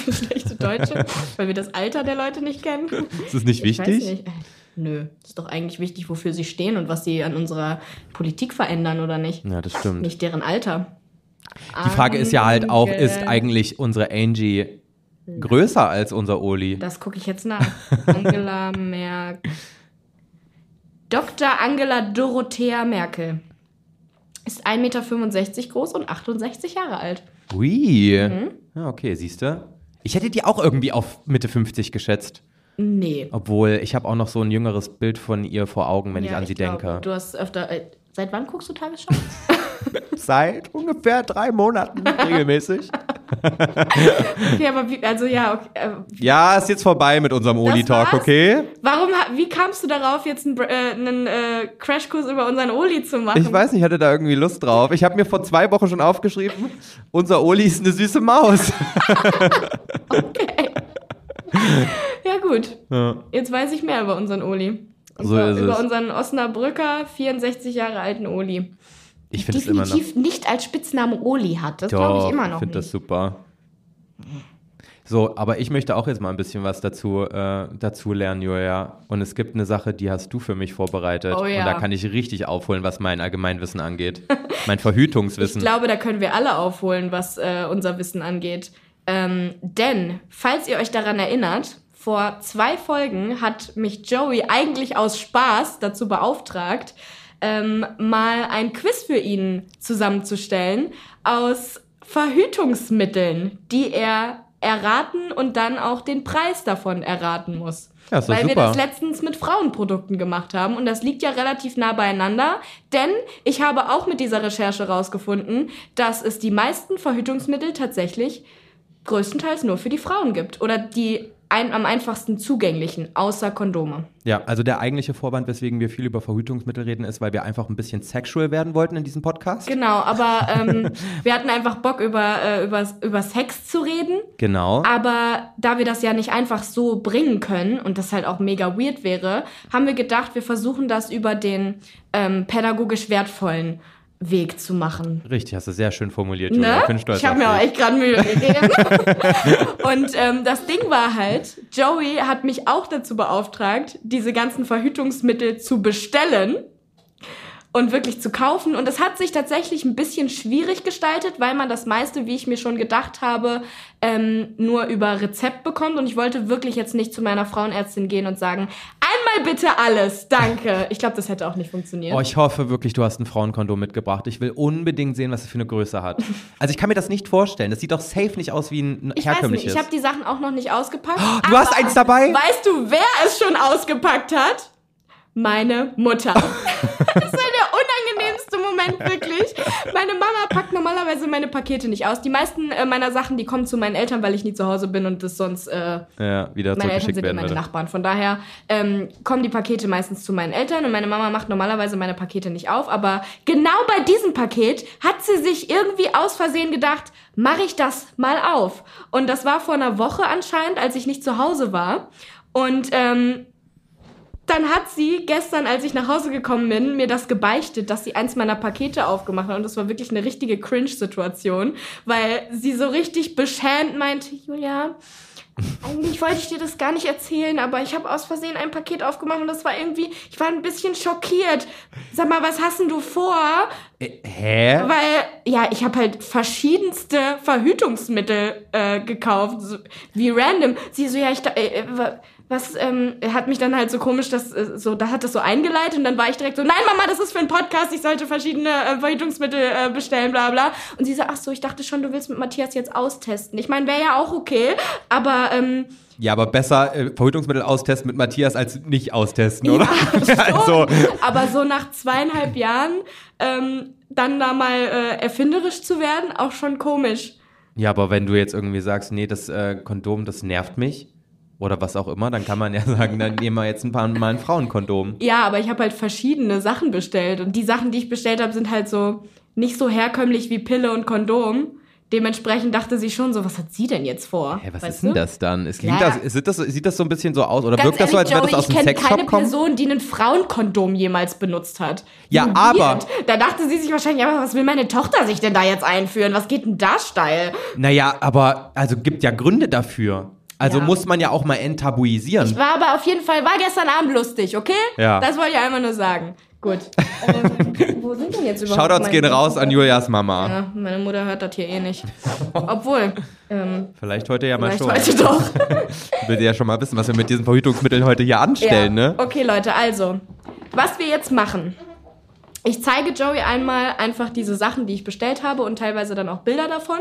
Schlechte Deutsche, weil wir das Alter der Leute nicht kennen. Ist das nicht wichtig? Ich weiß nicht. Äh, Nö, ist doch eigentlich wichtig, wofür sie stehen und was sie an unserer Politik verändern oder nicht. Ja, das stimmt. Nicht deren Alter. Hm. Die Frage ist ja halt auch, ist Angela. eigentlich unsere Angie größer als unser Oli? Das gucke ich jetzt nach. Angela Merkel. Dr. Angela Dorothea Merkel ist 1,65 Meter groß und 68 Jahre alt. Ui. Mhm. Ja, okay, siehst du? Ich hätte die auch irgendwie auf Mitte 50 geschätzt. Nee. Obwohl, ich habe auch noch so ein jüngeres Bild von ihr vor Augen, Oh, wenn ich Ja, an sie glaube, denke. Du hast öfter. Äh, seit wann guckst du Tagesschau? Seit ungefähr drei Monaten regelmäßig. Okay, aber wie, also ja, okay, äh, Ja, ist jetzt vorbei mit unserem Oli-Talk, war's? okay? Warum, ha- wie kamst du darauf, jetzt einen, Br- äh, einen äh, Crashkurs über unseren Oli zu machen? Ich weiß nicht, ich hatte da irgendwie Lust drauf. Ich habe mir vor zwei Wochen schon aufgeschrieben, unser Oli ist eine süße Maus. Ja, gut. Ja. Jetzt weiß ich mehr über unseren Oli. Und So zwar ist über es. unseren Osnabrücker, 64 Jahre alten Oli. Ich finde es immer noch. Definitiv nicht als Spitznamen Oli hat. Das glaube ich immer noch finde nicht. das super. So, aber ich möchte auch jetzt mal ein bisschen was dazu, äh, dazu lernen, Julia. Und es gibt eine Sache, die hast du für mich vorbereitet. Oh ja. Und da kann ich richtig aufholen, was mein Allgemeinwissen angeht. mein Verhütungswissen. Ich glaube, da können wir alle aufholen, was äh, unser Wissen angeht. Ähm, denn, falls ihr euch daran erinnert, vor zwei Folgen hat mich Joey eigentlich aus Spaß dazu beauftragt, ähm, mal ein Quiz für ihn zusammenzustellen aus Verhütungsmitteln, die er erraten und dann auch den Preis davon erraten muss. Ja, ist doch Weil wir super. das letztens mit Frauenprodukten gemacht haben und das liegt ja relativ nah beieinander, denn ich habe auch mit dieser Recherche rausgefunden, dass es die meisten Verhütungsmittel tatsächlich größtenteils nur für die Frauen gibt oder die ein, am einfachsten zugänglichen, außer Kondome. Ja, also der eigentliche Vorwand, weswegen wir viel über Verhütungsmittel reden, ist, weil wir einfach ein bisschen sexual werden wollten in diesem Podcast. Genau, aber ähm, wir hatten einfach Bock über, äh, über, über Sex zu reden. genau. Aber da wir das ja nicht einfach so bringen können und das halt auch mega weird wäre, haben wir gedacht, wir versuchen das über den ähm, pädagogisch wertvollen Weg zu machen. Richtig, hast du sehr schön formuliert, Julia. Ne? Ich bin stolz Ich habe auf mir auch dich. echt gerade Mühe gegeben. und ähm, das Ding war halt, Joey hat mich auch dazu beauftragt, diese ganzen Verhütungsmittel zu bestellen und wirklich zu kaufen. Und es hat sich tatsächlich ein bisschen schwierig gestaltet, weil man das meiste, wie ich mir schon gedacht habe, ähm, nur über Rezept bekommt. Und ich wollte wirklich jetzt nicht zu meiner Frauenärztin gehen und sagen, einmal bitte alles, danke. Ich glaube, das hätte auch nicht funktioniert. Oh, ich hoffe wirklich, du hast ein Frauenkondom mitgebracht. Ich will unbedingt sehen, was es für eine Größe hat. Also ich kann mir das nicht vorstellen. Das sieht doch safe nicht aus wie ein ich weiß nicht, herkömmliches. ich habe die Sachen auch noch nicht ausgepackt. du hast eins dabei? Weißt du, wer es schon ausgepackt hat? Meine Mutter. das ist halt der unangenehmste Moment, wirklich. Meine Mama packt normalerweise meine Pakete nicht aus. Die meisten äh, meiner Sachen, die kommen zu meinen Eltern, weil ich nie zu Hause bin und das sonst. Äh, Ja, wieder meine Eltern zurückgeschickt sind ja werden meine würde. Nachbarn. Von daher ähm, kommen die Pakete meistens zu meinen Eltern und meine Mama macht normalerweise meine Pakete nicht auf. Aber genau bei diesem Paket hat sie sich irgendwie aus Versehen gedacht, mache ich das mal auf. Und das war vor einer Woche anscheinend, als ich nicht zu Hause war. Und ähm, dann hat sie gestern, als ich nach Hause gekommen bin, mir das gebeichtet, dass sie eins meiner Pakete aufgemacht hat. Und das war wirklich eine richtige Cringe-Situation, weil sie so richtig beschämt meinte, Julia, eigentlich wollte ich dir das gar nicht erzählen, aber ich habe aus Versehen ein Paket aufgemacht und das war irgendwie, ich war ein bisschen schockiert. Sag mal, was hast denn du vor? Äh, Hä? Weil, ja, ich habe halt verschiedenste Verhütungsmittel äh, gekauft, so, wie random. Sie so, ja, ich, da- äh, äh, wa- was, ähm, hat mich dann halt so komisch, das, äh, so, da hat das so eingeleitet und dann war ich direkt so, nein, Mama, das ist für einen Podcast, ich sollte verschiedene äh, Verhütungsmittel äh, bestellen, bla, bla. Und sie so, ach so, ich dachte schon, du willst mit Matthias jetzt austesten. Ich meine, wäre ja auch okay, aber, ähm, Ja, aber besser äh, Verhütungsmittel austesten mit Matthias als nicht austesten, oder? Ja, Also- also. Aber so nach zweieinhalb Jahren ähm, dann da mal äh, erfinderisch zu werden, auch schon komisch. Ja, aber wenn du jetzt irgendwie sagst, nee, das äh, Kondom, das nervt mich oder was auch immer, dann kann man ja sagen, dann nehmen wir jetzt ein paar Mal ein Frauenkondom. Ja, aber ich habe halt verschiedene Sachen bestellt. Und die Sachen, die ich bestellt habe, sind halt so nicht so herkömmlich wie Pille und Kondom. Dementsprechend dachte sie schon so, was hat sie denn jetzt vor? Hä, was Weißt ist denn du? das dann? Es klingt Ja, das, sieht, das, sieht das so ein bisschen so aus oder Ganz wirkt das so, als wäre ehrlich, Joey, das aus ich dem kenne keine Sexshop kommen? Person, die ein Frauenkondom jemals benutzt hat. Ja, Weird. aber- Da dachte sie sich wahrscheinlich, aber was will meine Tochter sich denn da jetzt einführen? Was geht denn da steil? Naja, aber also gibt ja Gründe dafür. Also Ja. muss man ja auch mal enttabuisieren. War aber auf jeden Fall, war gestern Abend lustig, okay? Ja. Das wollte ich einmal nur sagen. Gut. ähm, wo sind denn jetzt überhaupt Shoutouts meine- gehen raus an Julias Mama. Ja, meine Mutter hört das hier eh nicht. Obwohl, ähm, Vielleicht heute ja mal vielleicht schon. heute doch. Will ihr ja schon mal wissen, was wir mit diesen Verhütungsmitteln heute hier anstellen, Ja. ne? Okay, Leute, also, was wir jetzt machen. Ich zeige Joey einmal einfach diese Sachen, die ich bestellt habe und teilweise dann auch Bilder davon,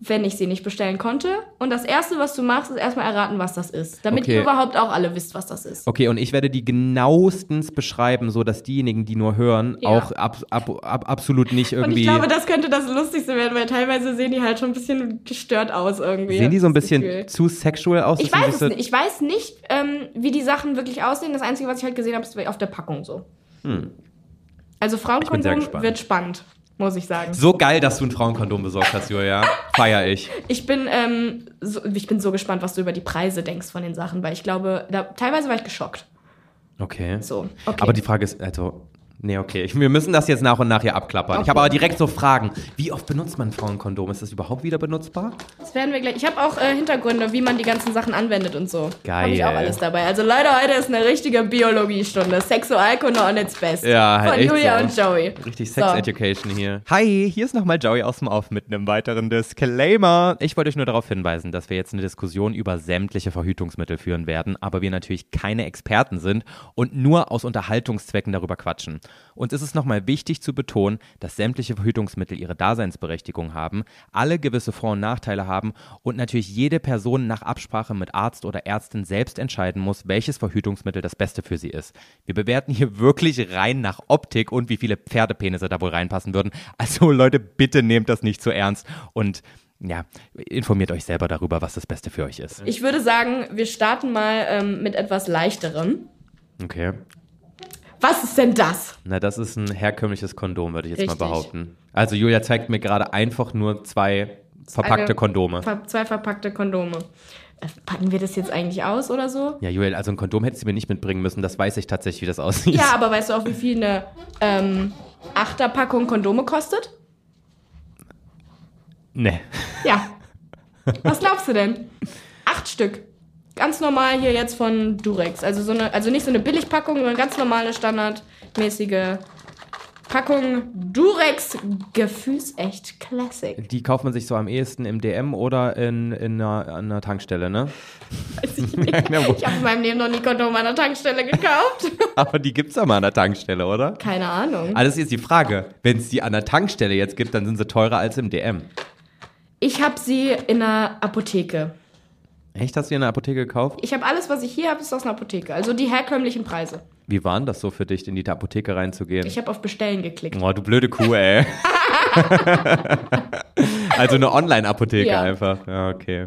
wenn ich sie nicht bestellen konnte. Und das Erste, was du machst, ist erstmal erraten, was das ist. Damit Okay. ihr überhaupt auch alle wisst, was das ist. Okay, und ich werde die genauestens beschreiben, so dass diejenigen, die nur hören, Ja. auch ab, ab, ab, absolut nicht Und ich irgendwie. glaube, das könnte das Lustigste werden, weil teilweise sehen die halt schon ein bisschen gestört aus irgendwie. sehen die so ein Das bisschen Gefühl. zu sexual aus? Ich dass man sich weiß es so- nicht. Ich weiß nicht, ähm, wie die Sachen wirklich aussehen. Das Einzige, was ich halt gesehen habe, ist auf der Packung so. Also Hm. bin sehr Frauenkondom gespannt. wird spannend, muss ich sagen. So geil, dass du ein Frauenkondom besorgt hast, Julia. Feier ich. Ich bin, ähm, so, ich bin so gespannt, was du über die Preise denkst von den Sachen, weil ich glaube, da, teilweise war ich geschockt. Okay. So, okay. Aber die Frage ist, also. Nee, okay. Ich, wir müssen das jetzt nach und nach hier abklappern. Ich habe aber direkt so Fragen. Wie oft benutzt man ein Frauenkondom? Ist das überhaupt wieder benutzbar? Das werden wir gleich. Ich habe auch äh, Hintergründe, wie man die ganzen Sachen anwendet und so. Geil. Habe ich auch alles dabei. Also leider heute ist eine richtige Biologiestunde. Sexualkunde on its best. Ja, halt Von echt Julia so. und Joey. Richtig So. Sex-Education hier. Hi, hier ist nochmal Joey aus dem Off mit einem weiteren Disclaimer. Ich wollte euch nur darauf hinweisen, dass wir jetzt eine Diskussion über sämtliche Verhütungsmittel führen werden, aber wir natürlich keine Experten sind und nur aus Unterhaltungszwecken darüber quatschen. Uns ist es nochmal wichtig zu betonen, dass sämtliche Verhütungsmittel ihre Daseinsberechtigung haben, alle gewisse Vor- und Nachteile haben und natürlich jede Person nach Absprache mit Arzt oder Ärztin selbst entscheiden muss, welches Verhütungsmittel das Beste für sie ist. Wir bewerten hier wirklich rein nach Optik und wie viele Pferdepenisse da wohl reinpassen würden. Also Leute, bitte nehmt das nicht zu ernst und ja, informiert euch selber darüber, was das Beste für euch ist. Ich würde sagen, wir starten mal ähm, mit etwas Leichterem. Okay. Was ist denn das? Na, das ist ein herkömmliches Kondom, würde ich jetzt Richtig. mal behaupten. Also Julia zeigt mir gerade einfach nur zwei verpackte Eine- Kondome. Also Ver zwei verpackte Kondome. Äh, Packen wir das jetzt eigentlich aus oder so? Ja, Julia, also ein Kondom hättest du mir nicht mitbringen müssen, das weiß ich tatsächlich, wie das aussieht. Ja, aber weißt du auch, wie viel eine ähm, Achterpackung Kondome kostet? Nee. Ja. Was glaubst du denn? Acht Stück. Ganz normal hier jetzt von Durex. Also, so eine, also nicht so eine Billigpackung, sondern ganz normale, standardmäßige Packung Durex Gefühlsecht Classic. Die kauft man sich so am ehesten im DM oder in, in, einer, an einer Tankstelle, ne? Weiß ich nicht. Ja, wo- Ich habe in meinem Leben noch nie Kondom an der Tankstelle gekauft. Aber die gibt's doch mal an der Tankstelle, oder? Keine Ahnung. Ah, das ist jetzt die Frage. Wenn es die an der Tankstelle jetzt gibt, dann sind sie teurer als im DM. Ich habe sie in der Apotheke. Echt, hast du die in der Apotheke gekauft? Ich habe alles, was ich hier habe, ist aus einer Apotheke. Also die herkömmlichen Preise. Wie war denn das so für dich, in die Apotheke reinzugehen? Ich habe auf Bestellen geklickt. Boah, du blöde Kuh, ey. also eine Online-Apotheke Ja. einfach. Ja, okay.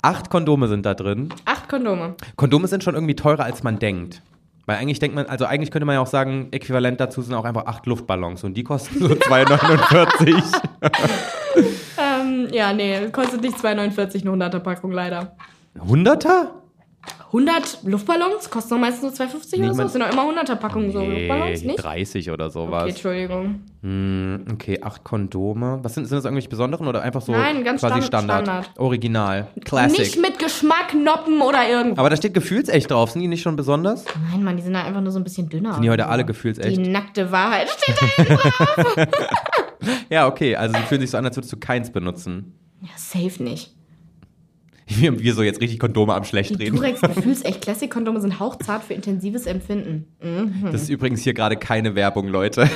Acht Kondome sind da drin. Acht Kondome. Kondome sind schon irgendwie teurer, als man denkt. Weil eigentlich denkt man, also eigentlich könnte man ja auch sagen, äquivalent dazu sind auch einfach acht Luftballons und die kosten so 2,49. Ähm, ja, nee, kostet nicht 2,49 eine 100er Packung, leider. Hunderter? 100 Luftballons kosten doch meistens nur Nee, 2,50 oder ich so. mein- Das sind doch immer 100er Packungen so Luftballons, nicht? 30 oder Okay, sowas. Entschuldigung. Hm, okay, acht Kondome. Was sind, sind das irgendwelche besonderen oder einfach so Nein, ganz quasi Standard- Standard? Original. Classic. Nicht mit Geschmack, Noppen oder irgendwas. Aber da steht gefühlsecht drauf. Sind die nicht schon besonders? Nein, Mann, die sind da einfach nur so ein bisschen dünner. Sind die heute alle gefühlsecht? Ah, Die nackte Wahrheit steht da. Ja, okay. Also sie fühlen sich so an, als würdest du keins benutzen. Ja, safe nicht. Wir, wir so jetzt richtig Kondome am Die schlecht reden. Durex Gefühlsecht Classic Kondome sind hauchzart für intensives Empfinden. Mhm. Das ist übrigens hier gerade keine Werbung, Leute.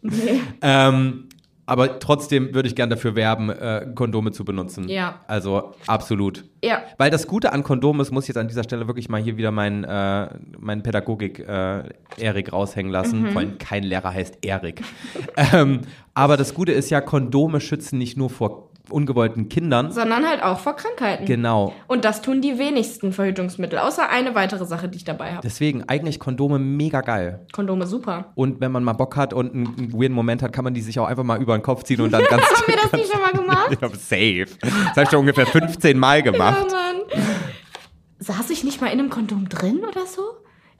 Nee. Ähm, Aber trotzdem würde ich gern dafür werben, äh, Kondome zu benutzen. Ja. Also absolut. Ja. Weil das Gute an Kondomen ist, muss ich jetzt an dieser Stelle wirklich mal hier wieder meinen äh, mein Pädagogik-Erik raushängen lassen. Mhm. Vor allem kein Lehrer heißt Erik. ähm, aber das Gute ist ja, Kondome schützen nicht nur vor ungewollten Kindern. Sondern halt auch vor Krankheiten. Genau. Und das tun die wenigsten Verhütungsmittel, außer eine weitere Sache, die ich dabei habe. Deswegen eigentlich Kondome mega geil. Kondome super. Und wenn man mal Bock hat und einen, einen weirden Moment hat, kann man die sich auch einfach mal über den Kopf ziehen und dann ganz. Haben wir das nicht schon mal gemacht? Ich hab safe. Das habe ich schon ungefähr 15 Mal Oh gemacht. Mann. Saß ich nicht mal in einem Kondom drin oder so?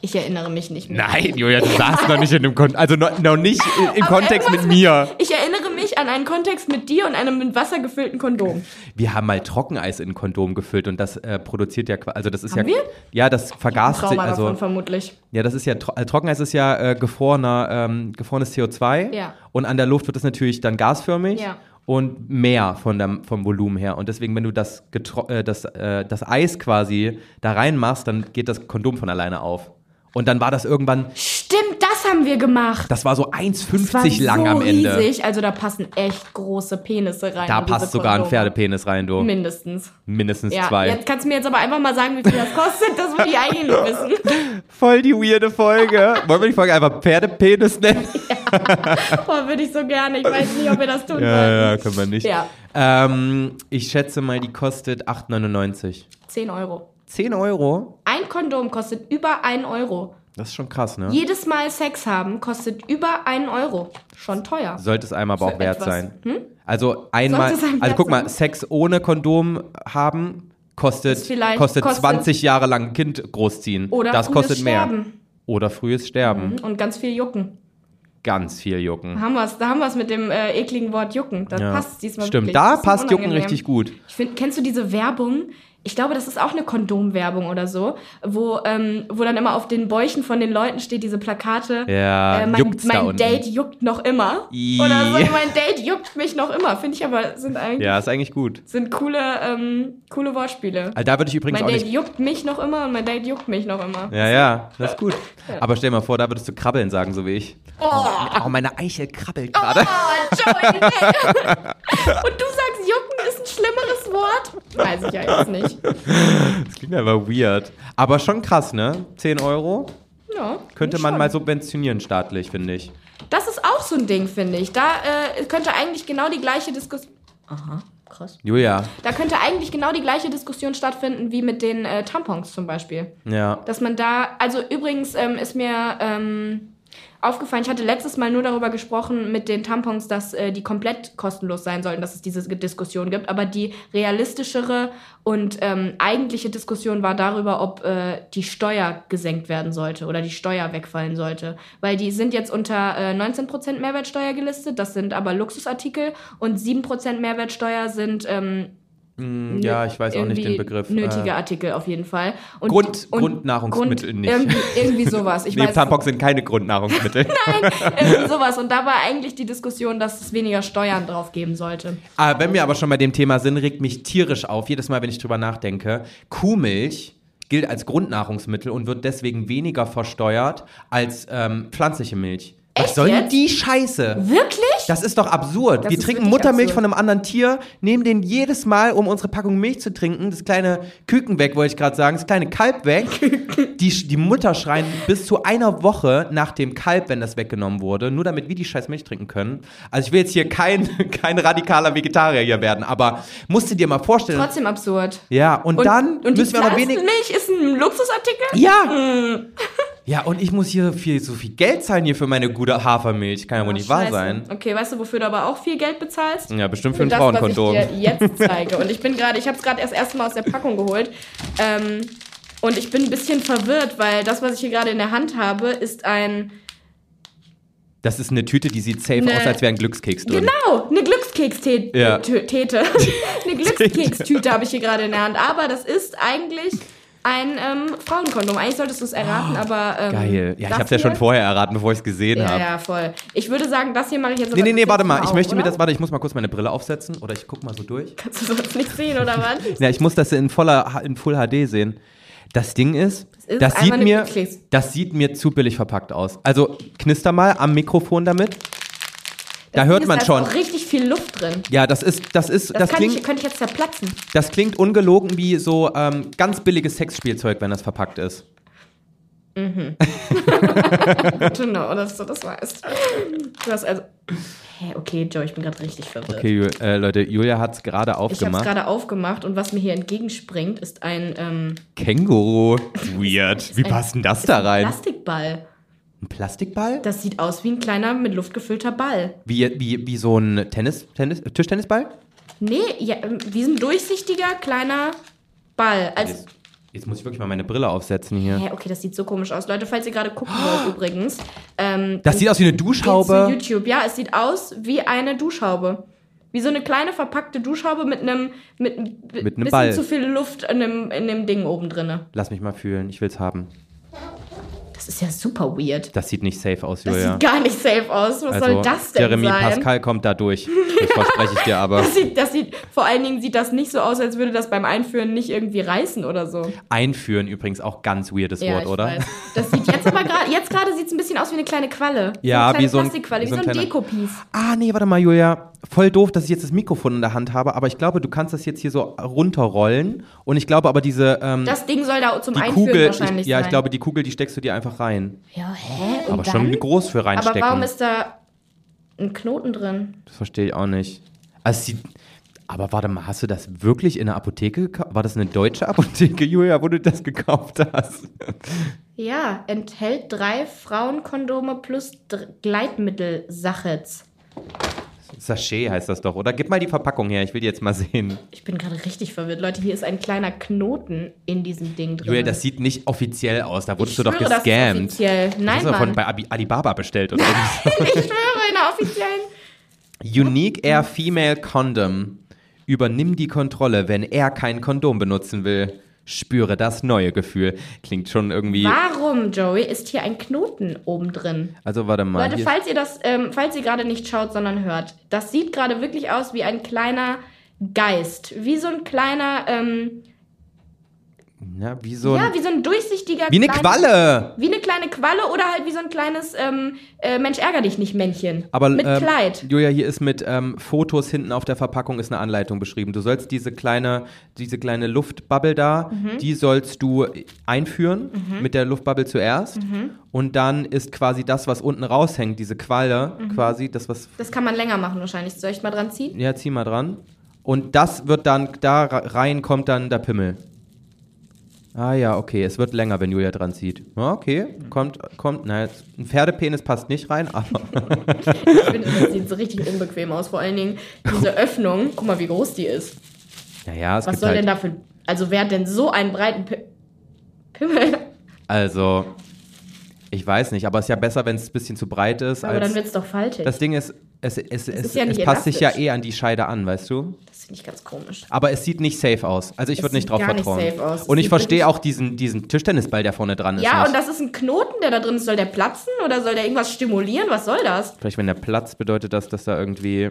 Ich erinnere mich nicht mehr. Nein, Julia, du saßt noch nicht in dem Kontext. Also noch, noch nicht i- im Aber Kontext mit irgendwas mir. Ich erinnere mich an einen Kontext mit dir und einem mit Wasser gefüllten Kondom. Wir haben mal Trockeneis in ein Kondom gefüllt und das äh, produziert ja. qua- Also das ist Haben ja. wir? Ja, das vergast sich. Trauma Also, davon vermutlich. Ja, das ist ja, tro- äh, Trockeneis ist ja äh, gefrorener, ähm, gefrorenes CO2 Ja. und an der Luft wird es natürlich dann gasförmig Ja. und mehr von dem, vom Volumen her. Und deswegen, wenn du das, getro- äh, das, äh, das Eis quasi da reinmachst, dann geht das Kondom von alleine auf. Und dann war das irgendwann, Stimmt, das haben wir gemacht. das war so Das war 1,50 lang so am Ende. Riesig. Also da passen echt große Penisse rein. Da in diese passt sogar ein Kondome. Pferdepenis rein, du. Mindestens. Mindestens Ja, zwei. jetzt kannst du mir jetzt aber einfach mal sagen, wie viel das kostet. Das will ich eigentlich nicht wissen. Voll die weirde Folge. Wollen wir die Folge einfach Pferdepenis nennen? Boah, würde ich so gerne. Ich weiß nicht, ob wir das tun Ja, ja, wollen. können wir nicht. Ja. Ähm, ich schätze mal, die kostet 8,99. 10 Euro. 10 Euro? Ein Kondom kostet über 1 Euro. Das ist schon krass, ne? Jedes Mal Sex haben kostet über 1 Euro. Schon teuer. Sollte es einmal aber So auch wert etwas. Hm? sein. Also einmal, es einem also wert guck mal, sein? Sex ohne Kondom haben kostet, vielleicht- kostet, kostet- 20 Jahre lang ein Kind großziehen. Oder das frühes kostet mehr. Sterben. Mhm. Oder frühes Sterben. Und ganz viel Jucken. Ganz viel Jucken. Da haben wir es da haben wir's mit dem äh, ekligen Wort Jucken. Da Ja. passt diesmal Stimmt, wirklich. da Das ist passt Jucken unangenehm. richtig gut. Ich find, kennst du diese Werbung? Ich glaube, das ist auch eine Kondomwerbung oder so, wo, ähm, wo dann immer auf den Bäuchen von den Leuten steht, diese Plakate. Ja, äh, mein juckt's da mein unten. Date juckt noch immer. I. Oder so, mein Date juckt mich noch immer. Finde ich aber, sind eigentlich Ja, ist eigentlich gut. sind coole, ähm, coole Wortspiele. Also da würde ich übrigens mein auch Date nicht. juckt mich noch immer und mein Date juckt mich noch immer. Ja, ja, das ist gut. Aber stell mal vor, da würdest du krabbeln sagen, so wie ich. Oh, meine Eichel krabbelt gerade. Oh, Joey! nee. und du sagst, jucken ist ein schlimmeres Wort? Weiß ich ja jetzt nicht. Das klingt aber weird. Aber schon krass, ne? 10 Euro Ja, könnte schon. man mal subventionieren staatlich, finde ich. Das ist auch so ein Ding, finde ich. Da äh, könnte eigentlich genau die gleiche Diskussion. Aha, krass. Julia, Da könnte eigentlich genau die gleiche Diskussion stattfinden wie mit den äh, Tampons zum Beispiel. ja. dass man da, also übrigens ähm, ist mir ähm, aufgefallen, ich hatte letztes Mal nur darüber gesprochen mit den Tampons, dass äh, die komplett kostenlos sein sollten, dass es diese Diskussion gibt, aber die realistischere und ähm, eigentliche Diskussion war darüber, ob äh, die Steuer gesenkt werden sollte oder die Steuer wegfallen sollte, weil die sind jetzt unter äh, 19% Mehrwertsteuer gelistet, das sind aber Luxusartikel und 7% Mehrwertsteuer sind... Ähm, Hm, Ja, ich weiß auch nicht den irgendwie Begriff. Nötige äh, Artikel auf jeden Fall. Und, Grund- Grundnahrungsmittel nicht. Irgendwie, irgendwie sowas. Ich nee, weiß Tampons sind keine Grundnahrungsmittel. irgendwie sowas. Und da war eigentlich die Diskussion, dass es weniger Steuern drauf geben sollte. ah, wenn wir aber schon bei dem Thema sind, regt mich tierisch auf, jedes Mal, wenn ich drüber nachdenke. Kuhmilch gilt als Grundnahrungsmittel und wird deswegen weniger versteuert als ähm, pflanzliche Milch. Was Echt soll denn jetzt? die Scheiße? Wirklich? Das ist doch absurd. Das wir ist trinken wirklich Muttermilch absurd. von einem anderen Tier, nehmen den jedes Mal, um unsere Packung Milch zu trinken, das kleine Küken weg, wollte ich gerade sagen, das kleine Kalb weg. die, die Mutter schreien bis zu einer Woche nach dem Kalb, wenn das weggenommen wurde, nur damit wir die scheiß Milch trinken können. Also ich will jetzt hier kein, kein radikaler Vegetarier hier werden, aber musst du dir mal vorstellen. Trotzdem absurd. ja, und, dann und müssen die wir noch wenig. Pflanzenmilch ist ein Luxusartikel? Ja! Hm. Ja, und ich muss hier viel, so viel Geld zahlen hier für meine gute Hafermilch. Kann ja wohl nicht wahr Scheiße. sein. Okay, weißt du, wofür du aber auch viel Geld bezahlst? Ja, bestimmt für ein das, Frauenkondom. Was ich dir jetzt zeige. Und ich bin gerade, ich habe es gerade erst erstmal aus der Packung geholt. Ähm, und ich bin ein bisschen verwirrt, weil das, was ich hier gerade in der Hand habe, ist ein Das ist eine Tüte, die sieht safe Ne. aus, als wäre ein Glückskeks drin. Genau, eine Glückskekstete. Ja. Tete. eine Glückskekstüte habe ich hier gerade in der Hand. Aber das ist eigentlich ein ähm, Frauenkondom. Eigentlich solltest du es erraten, aber. Ähm, Oh, Geil. Ja, ich das hab's ja schon hier- vorher erraten, bevor ich's gesehen Ja, habe. ja, voll. Ich würde sagen, das hier mache ich jetzt. Nee, aber nee, nee, das warte jetzt mal. Ich auch, möchte mir oder? das, warte, ich muss mal kurz meine Brille aufsetzen oder ich guck mal so durch. Kannst du sonst nicht sehen, oder was? Ja, ich muss das in voller, H- in Full HD sehen. Das Ding ist, das, ist einmal sieht eine mir, Glückskeks. das sieht mir zu billig verpackt aus. Also knister mal am Mikrofon damit. Da hört man da ist schon. auch richtig viel Luft drin. Ja, das ist, das ist, Das, das kann ich, klingt, könnte ich jetzt zerplatzen. das klingt ungelogen wie so ähm, ganz billiges Sexspielzeug, wenn das verpackt ist. Genau, dass du das weißt. Du hast also. Hä, okay, Joe, ich bin gerade richtig verwirrt. Okay, Ju- äh, Leute, Julia hat's gerade Ich habe es aufgemacht. gerade aufgemacht und was mir hier entgegenspringt, ist ein, ähm, Känguru. Weird. Wie ein- passt denn das ist da ein rein? Plastikball. Ein Plastikball? Das sieht aus wie ein kleiner mit Luft gefüllter Ball. Wie, wie, wie so ein Tennis, Tennis, Tischtennisball? Nee, ja, ähm, wie so ein durchsichtiger kleiner Ball. Als, Jetzt, jetzt muss ich wirklich mal meine Brille aufsetzen hier. hä, okay, das sieht so komisch aus. Leute, falls ihr gerade gucken wollt übrigens. Ähm, Das sieht aus wie eine Geht Duschhaube. Zu YouTube, ja, es sieht aus wie eine Duschhaube. Wie so eine kleine verpackte Duschhaube mit einem mit, ein bi- Mit einem bisschen Ball. zu viel Luft in dem, in dem Ding oben drinne. Lass mich mal fühlen, ich will's haben. Das ist ja super weird. Das sieht nicht safe aus, Das Julia. sieht gar nicht safe aus. Was soll das denn Oh Also, Jeremy sein? Pascal kommt da durch. Das verspreche ich dir aber. Das sieht, das sieht, vor allen Dingen sieht das nicht so aus, als würde das beim Einführen nicht irgendwie reißen oder so. Einführen übrigens auch ganz weirdes ja, Wort, ich oder? Weiß. Das sieht jetzt aber gerade, jetzt gerade sieht es ein bisschen aus wie eine kleine Qualle. Ja, eine kleine wie so ein- Plastikqualle, wie wie so so ein ein kleiner- Dekopiece. Ah, nee, warte mal, Julia. Voll doof, dass ich jetzt das Mikrofon in der Hand habe, aber ich glaube, du kannst das jetzt hier so runterrollen. Und ich glaube aber, diese ähm, Das Ding soll da zum die Einführen Kugel, wahrscheinlich ich, ja, sein. ich glaube, die Kugel, die steckst du dir einfach rein. Ja, hä? Und Aber dann? schon groß für reinstecken. Aber warum ist da ein Knoten drin? das verstehe ich auch nicht. Also, sie, aber warte mal, hast du das wirklich in der Apotheke gekauft? War das eine deutsche Apotheke, Julia, wo du das gekauft hast? Ja, enthält drei Frauenkondome plus Dr- Gleitmittel-Sachets. Sachet heißt das doch, oder? Gib mal die Verpackung her, ich will die jetzt mal sehen. Ich bin gerade richtig verwirrt. Leute, hier ist ein kleiner Knoten in diesem Ding drin. Julia, das sieht nicht offiziell aus, da wurdest Ich du doch schwöre, das ist gescammt. offiziell. Nein, das ist doch von Mann. bei Abi- Alibaba bestellt oder irgendwie so. ich schwöre, in der offiziellen. Unique Air Female Condom. Übernimm die Kontrolle, wenn er kein Kondom benutzen will. Spüre das neue Gefühl. Klingt schon irgendwie. Warum, Joey, ist hier ein Knoten oben drin? Also warte mal. Leute, hier- falls ihr das, ähm, falls ihr gerade nicht schaut, sondern hört, das sieht gerade wirklich aus wie ein kleiner Geist. Wie so ein kleiner, ähm, ja, wie so ein, ja, wie so ein durchsichtiger wie eine kleiner- Qualle. Wie eine kleine Qualle oder halt wie so ein kleines ähm, äh, Mensch ärger dich nicht Männchen. Aber, mit ähm, Kleid. Julia, hier ist mit ähm, Fotos hinten auf der Verpackung ist eine Anleitung beschrieben. Du sollst diese kleine, diese kleine Luftbubble da, Mhm. die sollst du einführen mit der Luftbubble zuerst. Mhm. Und dann ist quasi das, was unten raushängt, diese Qualle, Mhm. quasi das, was Das kann man länger machen wahrscheinlich. Soll ich mal dran ziehen? Ja, zieh mal dran. Und das wird dann, da ra- rein kommt dann der Pimmel. Ah ja, okay, es wird länger, wenn Julia dran zieht. Ja, okay, kommt, kommt, naja, ein Pferdepenis passt nicht rein, aber Ich finde, das sieht so richtig unbequem aus. Vor allen Dingen diese Öffnung. Guck mal, wie groß die ist. naja, es Was gibt soll halt, denn dafür? Also wer hat denn so einen breiten Pi Pimmel? also, ich weiß nicht, aber es ist ja besser, wenn es ein bisschen zu breit ist, Aber dann als, wird's doch faltig. das Das, Ding ist, es, es, es, es, ist ja nicht passt sich ja elastisch. eh an die Scheide an, weißt du? finde ich ganz komisch. Aber es sieht nicht safe aus, also ich Es würde nicht sieht drauf gar nicht vertrauen. safe aus. Es Und ich sieht wirklich- verstehe auch diesen, diesen Tischtennisball, der vorne dran ist Ja, nicht. und das ist ein Knoten, der da drin ist. Soll der platzen oder soll der irgendwas stimulieren? Was soll das? Vielleicht, wenn der Platz bedeutet das, dass da irgendwie,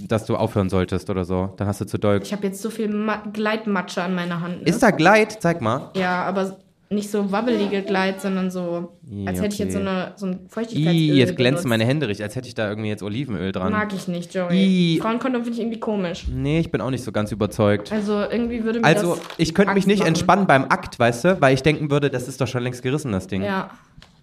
dass du aufhören solltest oder so. Dann hast du zu doll. Ich habe jetzt so viel Ma Gleitmatsche an meiner Hand. Ne? Ist da Gleit? Zeig mal. Ja, aber nicht so wabbelige Gleit, sondern so, Ja, als hätte ich jetzt so, okay. eine, so ein Feuchtigkeitsöl Ih, jetzt glänzen benutzt. meine Hände richtig, als hätte ich da irgendwie jetzt Olivenöl dran. Mag ich nicht, Joey. Ih. Frauenkondom finde ich irgendwie komisch. Nee, ich bin auch nicht so ganz überzeugt. Also irgendwie würde mir Also, das ich könnte mich Angst nicht machen. entspannen beim Akt, weißt du, weil ich denken würde, das ist doch schon längst gerissen, das Ding. Ja.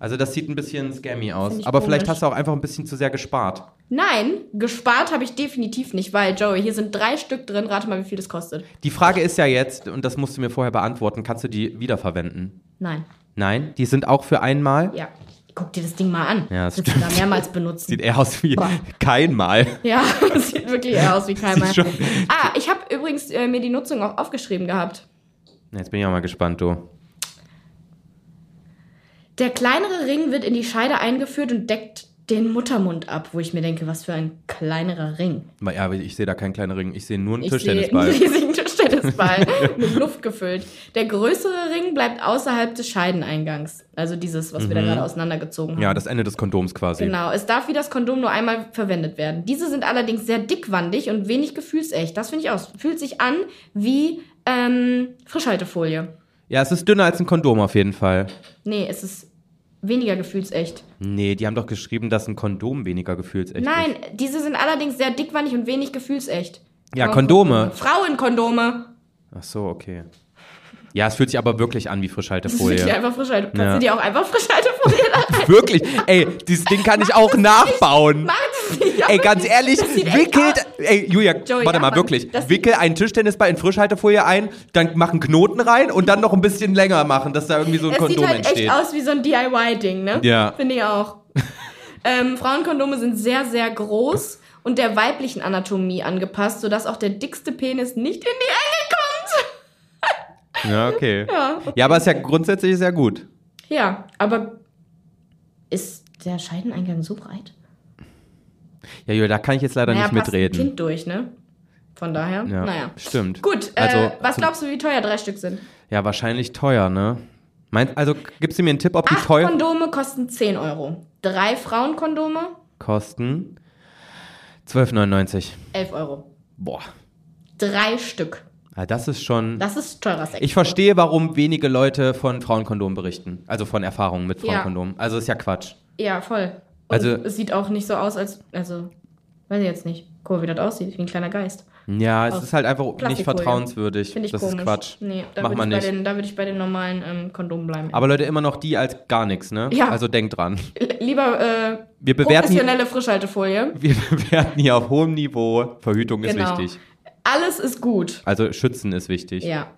Also, das sieht ein bisschen scammy Find aus. ich Aber vielleicht komisch. hast du auch einfach ein bisschen zu sehr gespart. Nein, gespart habe ich definitiv nicht, weil, Joey, hier sind drei Stück drin. Rate mal, wie viel das kostet. Die Frage ist ja jetzt, und das musst du mir vorher beantworten, kannst du die wiederverwenden? Nein. Nein, die sind auch für einmal. Ja. Guck dir das Ding mal an. Ja, das Willst du da mehrmals benutzen. Sieht eher aus wie kein Mal. ja, das sieht wirklich eher aus wie keinmal. Sieht schon- Ah, ich habe übrigens äh, mir die Nutzung auch aufgeschrieben gehabt. Jetzt bin ich auch mal gespannt, du. Der kleinere Ring wird in die Scheide eingeführt und deckt den Muttermund ab, wo ich mir denke, was für ein kleinerer Ring. Ma- Ja, aber ich sehe da keinen kleinen Ring. Ich sehe nur einen Ich Tischtennisball. sehe einen riesigen Tischtennisball mit Luft gefüllt. Der größere Ring bleibt außerhalb des Scheideneingangs. Also dieses, was wir da gerade auseinandergezogen haben. Mhm. Ja, das Ende des Kondoms quasi. Genau, es darf wie das Kondom nur einmal verwendet werden. Diese sind allerdings sehr dickwandig und wenig gefühlsecht. Das finde ich aus. Fühlt sich an wie ähm, Frischhaltefolie. Ja, es ist dünner als ein Kondom auf jeden Fall. Nee, es ist weniger gefühlsecht. Nee, die haben doch geschrieben, dass ein Kondom weniger gefühlsecht Nein, ist. diese sind allerdings sehr dickwandig und wenig gefühlsecht. Ja, Kondome. Frauenkondome. Ach so, okay. Ja, es fühlt sich aber wirklich an wie Das ist wirklich Frischhaltefolie. einfach Frischhalte. Kannst Ja. du dir auch einfach Frischhaltefolie da rein? Wirklich, ey, dieses Ding kann ich auch nachbauen. Mach das nicht. Ey, ganz ehrlich, Das sieht echt wickelt, ey, Julia, Joey, warte mal, Mann, wirklich, das sieht- wickel einen Tischtennisball in Frischhaltefolie ein, dann mach einen Knoten rein und dann noch ein bisschen länger machen, dass da irgendwie so ein Es Kondom sieht halt entsteht. echt aus wie so ein DIY-Ding, ne? Ja. Finde ich auch. ähm, Frauenkondome sind sehr, sehr groß und der weiblichen Anatomie angepasst, sodass auch der dickste Penis nicht in die Enge kommt. Ja, okay. Ja, aber ist ja grundsätzlich sehr gut. Ja, aber ist der Scheideneingang so breit? Ja, Julia, da kann ich jetzt leider nicht passt ein mitreden. Kind durch, ne? Von daher, Ja, naja. stimmt. Gut, äh, Also- was glaubst du, wie teuer drei Stück sind? Ja, wahrscheinlich teuer, ne? Meinst, also gibst du mir einen Tipp, ob die Acht teuer Kondome kosten 10 Euro. Drei Frauenkondome, kosten? 12,99. 11 Euro. Boah, Drei Stück. ah, das ist schon. Das ist teurer Sex. Ich verstehe, warum wenige Leute von Frauenkondomen berichten. Also von Erfahrungen mit Ja. Frauenkondomen. Also ist ja Quatsch. Ja, voll. Und Also- also, es sieht auch nicht so aus, als. Also, weiß ich jetzt nicht. Guck, wie das aussieht, wie ein kleiner Geist. Ja, es Aus ist halt einfach nicht Plastikfolie. vertrauenswürdig. Finde ich das komisch. ist Quatsch. Nee, da Mach würd mal ich bei nicht. Den, da würde ich bei den normalen ähm, Kondomen bleiben. Aber Leute, immer noch die als gar nichts, ne? Ja. Also denkt dran. L- Lieber äh, Wir bewerten, professionelle Frischhaltefolie. wir bewerten hier auf hohem Niveau. Verhütung Genau. ist wichtig. Alles ist gut. Also schützen ist wichtig. Ja.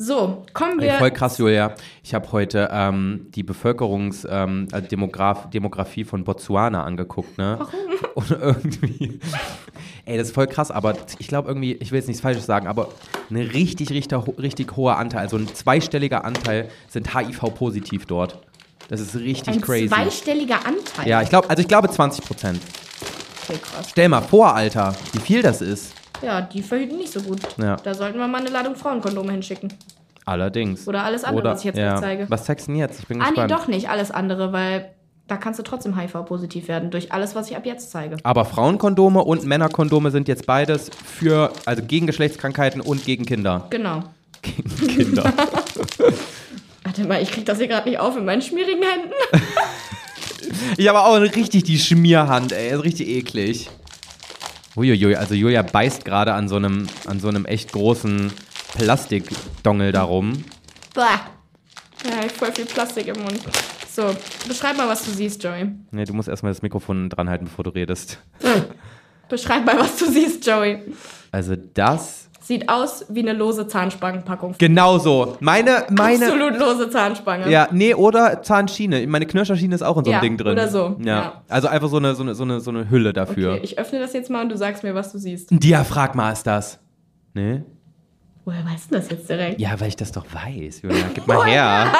So, kommen Ey, wir. voll krass, Julia. Ich habe heute ähm, die Bevölkerungs-, ähm, also Demograf Demografie von Botswana angeguckt, ne? Warum? Und irgendwie. Ey, das ist voll krass, aber ich glaube irgendwie, ich will jetzt nichts Falsches sagen, aber ein richtig, richtig, richtig hoher Anteil, also ein zweistelliger Anteil sind HIV-positiv dort. Das ist richtig ein crazy. zweistelliger Anteil. Ja, ich glaube, also ich glaube 20 Prozent. Okay, krass. Stell mal vor, Alter, wie viel das ist. Ja, die verhüten nicht so gut. Ja. Da sollten wir mal eine Ladung Frauenkondome hinschicken. Ah, Allerdings. Oder alles andere, was ich jetzt ja. nicht zeige. Was zeigst du denn jetzt? Ich bin Ah, nee, gespannt. doch nicht. Alles andere, weil da kannst du trotzdem HIV-positiv werden durch alles, was ich ab jetzt zeige. Aber Frauenkondome und Männerkondome sind jetzt beides für, also gegen Geschlechtskrankheiten und gegen Kinder. Genau. Gegen Kinder. Warte mal, ich krieg das hier gerade nicht auf in meinen schmierigen Händen. ich habe auch richtig die Schmierhand, ey. Ist richtig eklig. Uiuiui, also Julia beißt gerade an so einem, an so einem echt großen Plastikdongel darum. Bah. Ja, ich hab voll viel Plastik im Mund. So, beschreib mal, was du siehst, Joey. Ne, du musst erstmal das Mikrofon dranhalten, bevor du redest. Beschreib mal, was du siehst, Joey. Also das. Sieht aus wie eine lose Zahnspangenpackung. Genau so. Meine, meine. Absolut lose Zahnspange. Ja, nee, oder Zahnschiene. Meine Knirscherschiene ist auch in so einem Ja, Ding drin. oder so, Ja. ja. Also einfach so eine, so eine, so eine, so eine Hülle dafür. Okay, ich öffne das jetzt mal und du sagst mir, was du siehst. Ein Diaphragma ist das. Ne? Woher weißt du das jetzt direkt? Ja, weil ich das doch weiß, Julia. Gib mal her.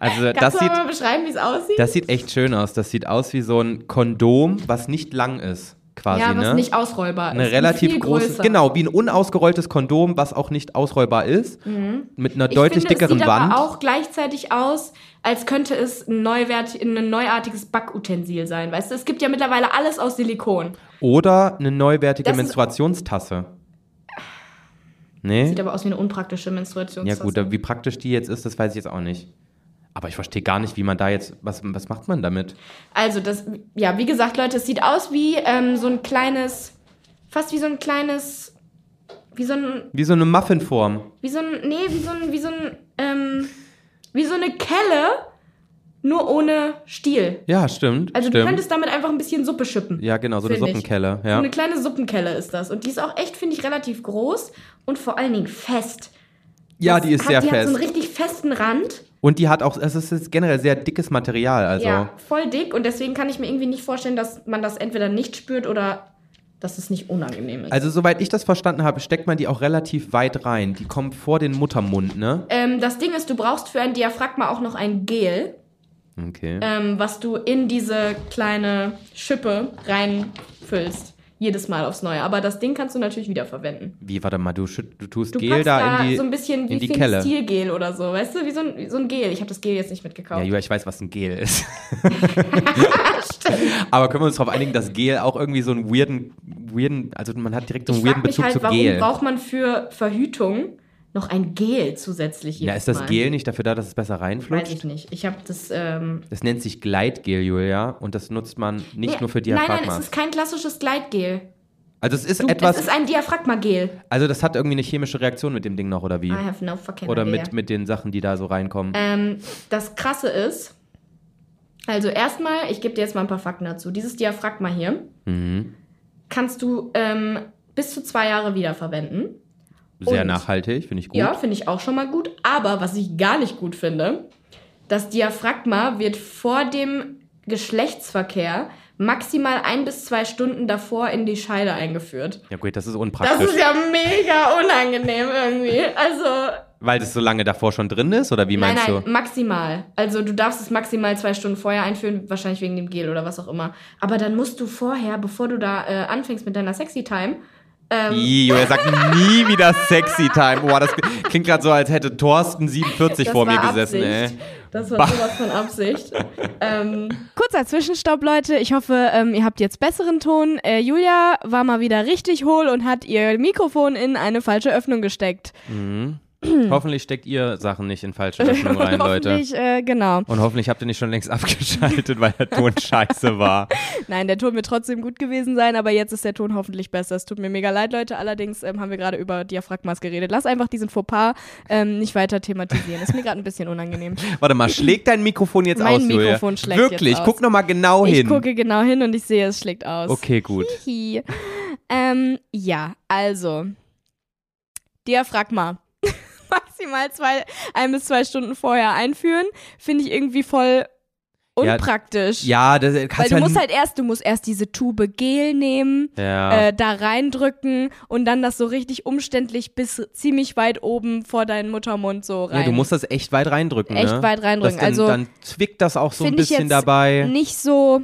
Also das Kannst du sieht, aber mal beschreiben, wie es aussieht? das sieht echt schön aus. Das sieht aus wie so ein Kondom, was nicht lang ist, quasi, ja, was ne? nicht ausrollbar ist. eine und relativ viel große, größer. genau, wie ein unausgerolltes Kondom, was auch nicht ausrollbar ist, mit einer deutlich Mhm. ich finde, dickeren es sieht Wand. aber auch gleichzeitig aus, als könnte es ein, neuwert, ein neuartiges Backutensil sein. Weißt du, es gibt ja mittlerweile alles aus Silikon. Oder eine neuwertige Das ist- Menstruationstasse. Nee? Sieht aber aus wie eine unpraktische Ja Menstruationstasse. gut, da- wie praktisch die jetzt ist, das weiß ich jetzt auch nicht. Aber ich verstehe gar nicht, wie man da jetzt, was, was macht man damit? Also das, ja, wie gesagt, Leute, es sieht aus wie ähm, so ein kleines, fast wie so ein kleines, wie so ein, Wie so eine Muffinform. wie so ein, nee, wie so ein, wie so ein, ähm, wie so eine Kelle, nur ohne Stiel. Ja, stimmt. Also stimmt. du könntest damit einfach ein bisschen Suppe schippen. Ja, genau, so eine Find ich. Suppenkelle. So Ja. eine kleine Suppenkelle ist das. Und die ist auch echt, finde ich, relativ groß und vor allen Dingen fest. ja, Das die ist hat, sehr die Hat so fest. einen richtig festen Rand. Und die hat auch, es ist jetzt generell sehr dickes Material. Also, Ja, voll dick. Und deswegen kann ich mir irgendwie nicht vorstellen, dass man das entweder nicht spürt oder dass es nicht unangenehm ist. also soweit ich das verstanden habe, steckt man die auch relativ weit rein. Die kommen vor den Muttermund, ne? ähm, das Ding ist, du brauchst für ein Diaphragma auch noch ein Gel, Okay. ähm, was du in diese kleine Schippe reinfüllst. Jedes Mal aufs Neue. Aber das Ding kannst du natürlich wiederverwenden. Wie, warte mal, du, schütt- du tust Du Gel packst da, da in die, so ein bisschen in wie die Kelle. Stilgel oder so. Weißt du, wie so ein, wie so ein Gel. Ich habe das Gel jetzt nicht Ja, mitgekauft. Julia, ich weiß, was ein Gel ist. Aber können wir uns darauf einigen, dass Gel auch irgendwie so einen weirden, weirden, also man hat direkt so einen ich frag weirden mich Bezug halt, zu warum Gel. braucht man für Verhütung noch ein Gel zusätzlich. Na, jedes ist das Mal. Gel nicht dafür da, dass es besser Weiß reinflutscht? ich nicht. Ich habe das. Ähm, Das nennt sich Gleitgel, Julia, und das nutzt man nicht nee, nur für Nein, Diaphragma. nein, es ist kein klassisches Gleitgel. also es ist Du, etwas, das ist ein Diaphragmagel. also das hat irgendwie eine chemische Reaktion mit dem Ding noch, oder wie? I have no fucking oder idea. mit, mit den Sachen, die da so reinkommen. Ähm, das Krasse ist, also erstmal, ich gebe dir jetzt mal ein paar Fakten dazu. Dieses Diaphragma hier mhm. kannst du ähm, bis zu zwei Jahre wiederverwenden. Sehr und- nachhaltig, finde ich gut. Ja, finde ich auch schon mal gut. Aber was ich gar nicht gut finde, das Diaphragma wird vor dem Geschlechtsverkehr maximal ein bis zwei Stunden davor in die Scheide eingeführt. Ja, gut, das ist Das unpraktisch. ist ja mega unangenehm irgendwie. Also, weil das so lange davor schon drin ist, oder wie nein, meinst nein, du? maximal. Also, du darfst es maximal zwei Stunden vorher einführen, wahrscheinlich wegen dem Gel oder was auch immer. Aber dann musst du vorher, bevor du da äh, anfängst mit deiner Sexy Time, ähm, Ii, Julia sagt nie wieder Sexy Time. Boah, das klingt gerade so, als hätte Thorsten 47 das vor mir war gesessen, Absicht. ey. Das war Bah. sowas von Absicht. ähm, Kurzer Zwischenstopp, Leute. Ich hoffe, ähm, ihr habt jetzt besseren Ton. Äh, Julia war mal wieder richtig hohl und hat ihr Mikrofon in eine falsche Öffnung gesteckt. Hoffentlich steckt ihr Sachen nicht in falsche Öffnung rein, Leute. Hoffentlich, äh, genau. Und hoffentlich habt ihr nicht schon längst abgeschaltet, weil der Ton scheiße war. Nein, der Ton wird trotzdem gut gewesen sein, aber jetzt ist der Ton hoffentlich besser. Es tut mir mega leid, Leute. Allerdings ähm, haben wir gerade über Diaphragmas geredet. Lass einfach diesen Fauxpas ähm, nicht weiter thematisieren. Ist mir gerade ein bisschen unangenehm. Warte mal, schlägt dein Mikrofon jetzt Mein aus, Julia? Mikrofon schlägt Wirklich, jetzt aus. guck noch mal genau Ich hin. gucke genau hin und ich sehe, es schlägt aus. Okay, gut. Hihi. Ähm, ja, also. Diaphragma. Maximal zwei, ein bis zwei Stunden vorher einführen, finde ich irgendwie voll Ja, unpraktisch. Ja, das Weil kannst du ja musst n- halt erst, du musst erst diese Tube Gel nehmen, ja. äh, da reindrücken und dann das so richtig umständlich bis ziemlich weit oben vor deinen Muttermund so rein. ja, du musst das echt weit reindrücken, echt ne? weit reindrücken. Das dann, also dann zwickt das auch so ein find ich bisschen jetzt dabei. nicht so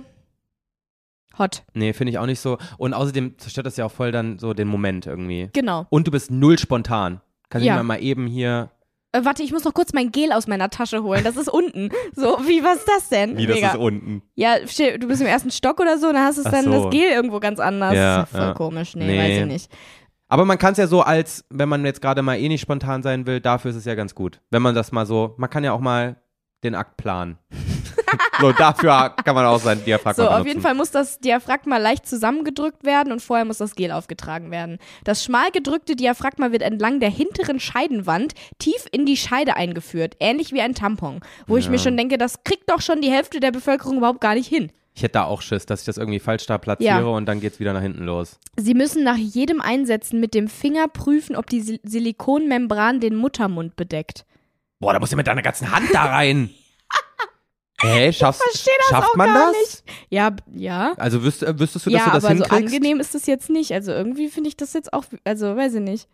hot. Nee, finde ich auch nicht so. Und außerdem zerstört das ja auch voll dann so den Moment irgendwie. Genau. Und du bist null spontan. Kannst Ja. ja. mal eben hier. Äh, warte, ich muss noch kurz mein Gel aus meiner Tasche holen. Das ist unten. So, wie was ist das denn? Mega. unten. ja, stell- du bist im ersten Stock oder so, und dann hast du es Ach dann so. das Gel irgendwo ganz anders. Ja, das ist ja voll ja. komisch. Nee, Nee. weiß ich nicht. Aber man kann es ja so als, wenn man jetzt gerade mal eh nicht spontan sein will, dafür ist es ja ganz gut. Wenn man das mal so, man kann ja auch mal den Akt planen. so, dafür kann man auch sein Diaphragma So, auf benutzen. jeden Fall muss das Diaphragma leicht zusammengedrückt werden und vorher muss das Gel aufgetragen werden. Das schmal gedrückte Diaphragma wird entlang der hinteren Scheidenwand tief in die Scheide eingeführt, ähnlich wie ein Tampon, wo ich mir schon denke, das kriegt doch schon die Hälfte der Bevölkerung überhaupt gar nicht hin. Ich hätte da auch Schiss, dass ich das irgendwie falsch da platziere Ja. und dann geht's wieder nach hinten los. Sie müssen nach jedem Einsetzen mit dem Finger prüfen, ob die Sil Silikonmembran den Muttermund bedeckt. Boah, da musst du mit deiner ganzen Hand da rein. Hä, schaffst, schafft auch man gar das? Ja, b- ja. Also wüsst, äh, wüsstest du, dass ja, du das aber so hinkriegst? angenehm ist das jetzt nicht. Also irgendwie finde ich das jetzt auch, also weiß ich nicht.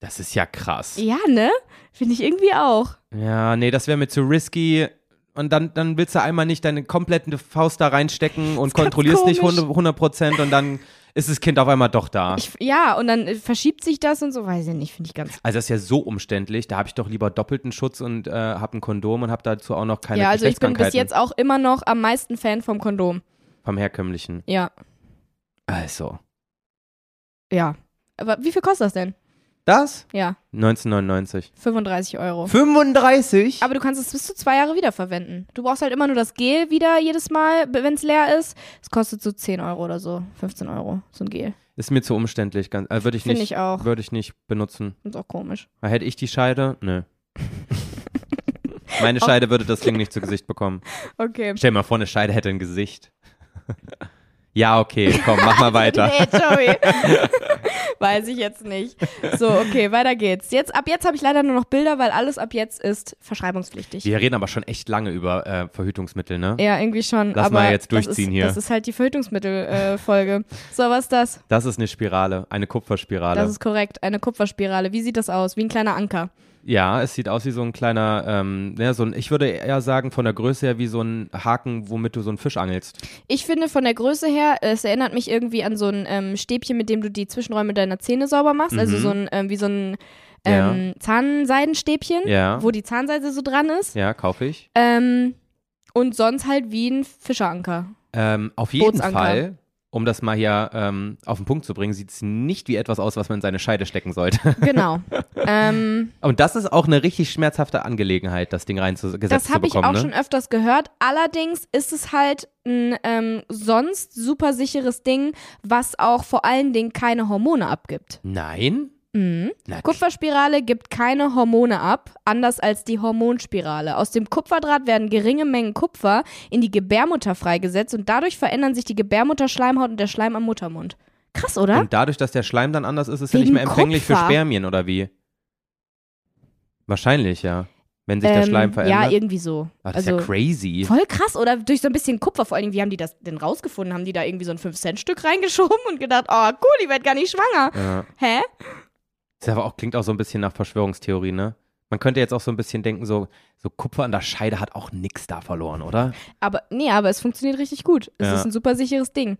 Das ist ja krass. Ja, ne? Finde ich irgendwie auch. Ja, nee, das wäre mir zu risky. Und dann, dann willst du einmal nicht deine komplette Faust da reinstecken und ganz kontrollierst nicht komisch. 100 100 Prozent und dann ist das Kind auf einmal doch da. Ich, ja, und dann äh, verschiebt sich das und so, weiß ich nicht, finde ich ganz. also das ist ja so umständlich, da habe ich doch lieber doppelten Schutz und äh, habe ein Kondom und habe dazu auch noch keine ja, also ich bin bis Geschlechtskrankheiten jetzt auch immer noch am meisten Fan vom Kondom. vom herkömmlichen. Ja, Also, ja. Aber wie viel kostet das Oh. denn? das Ja, 1999. 35 Euro. 35? Aber du kannst es bis zu zwei Jahre wiederverwenden. Du brauchst halt immer nur das Gel wieder jedes Mal, wenn es leer ist. Es kostet so 10 Euro oder so, 15 Euro, so ein Gel. ist mir zu umständlich, ganz äh, würde ich Finde nicht ich auch. würde ich nicht benutzen. Ist auch komisch. Hätte ich die Scheide? Nö. Meine Scheide würde das Ding nicht zu Gesicht bekommen. Okay. Stell dir mal vor, eine Scheide hätte ein Gesicht. ja, okay, komm, mach mal weiter. Nee, Joey. Weiß ich jetzt nicht. So, okay, weiter geht's. Jetzt, ab jetzt habe ich leider nur noch Bilder, weil alles ab jetzt ist verschreibungspflichtig. Wir reden aber schon echt lange über äh, Verhütungsmittel, ne? Ja, irgendwie schon. Lass aber mal jetzt das durchziehen ist, hier. Das ist halt die Verhütungsmittel-Folge. so, was ist das? Das ist eine Spirale, eine Kupferspirale. Das ist korrekt. Eine Kupferspirale. Wie sieht das aus? Wie ein kleiner Anker. ja, es sieht aus wie so ein kleiner, ähm, ja, so ein, ich würde eher sagen, von der Größe her wie so ein Haken, womit du so einen Fisch angelst. Ich finde von der Größe her, es erinnert mich irgendwie an so ein ähm, Stäbchen, mit dem du die Zwischenräume deiner Zähne sauber machst. Also Mhm. so ein, ähm, wie so ein ähm, Zahnseidenstäbchen, Ja. Mhm. wo die Zahnseide so dran ist. Ja, kaufe ich. Ähm, und sonst halt wie ein Fischeranker. Ähm, auf jeden Bootsanker. Fall um das mal hier ähm, auf den Punkt zu bringen, sieht es nicht wie etwas aus, was man in seine Scheide stecken sollte. Genau. ähm, Und das ist auch eine richtig schmerzhafte Angelegenheit, das Ding reinzugesetzt das zu habe ich bekommen. ne? auch schon öfters gehört. Allerdings ist es halt ein ähm, sonst super sicheres Ding, was auch vor allen Dingen keine Hormone abgibt. Nein? Mhm. Na, Kupferspirale gibt keine Hormone ab, anders als die Hormonspirale. Aus dem Kupferdraht werden geringe Mengen Kupfer in die Gebärmutter freigesetzt und dadurch verändern sich die Gebärmutterschleimhaut und der Schleim am Muttermund. Krass, oder? Und dadurch, dass der Schleim dann anders ist, ist er Wegen nicht mehr empfänglich Kupfer. für Spermien oder wie? Wahrscheinlich, ja. Wenn sich der Ähm, Schleim verändert. Ja, irgendwie so. Ach, das ist also ja crazy. voll krass, oder? Durch so ein bisschen Kupfer vor allen Dingen. Wie haben die das denn rausgefunden? Haben die da irgendwie so ein 5-Cent-Stück reingeschoben und gedacht, oh cool, ich werd gar nicht schwanger. Ja. Hä? Das aber auch, klingt auch so ein bisschen nach Verschwörungstheorie, ne? Man könnte jetzt auch so ein bisschen denken, so, so Kupfer an der Scheide hat auch nix da verloren, oder? Aber nee, aber es funktioniert richtig gut. Es Ja. ist ein super sicheres Ding.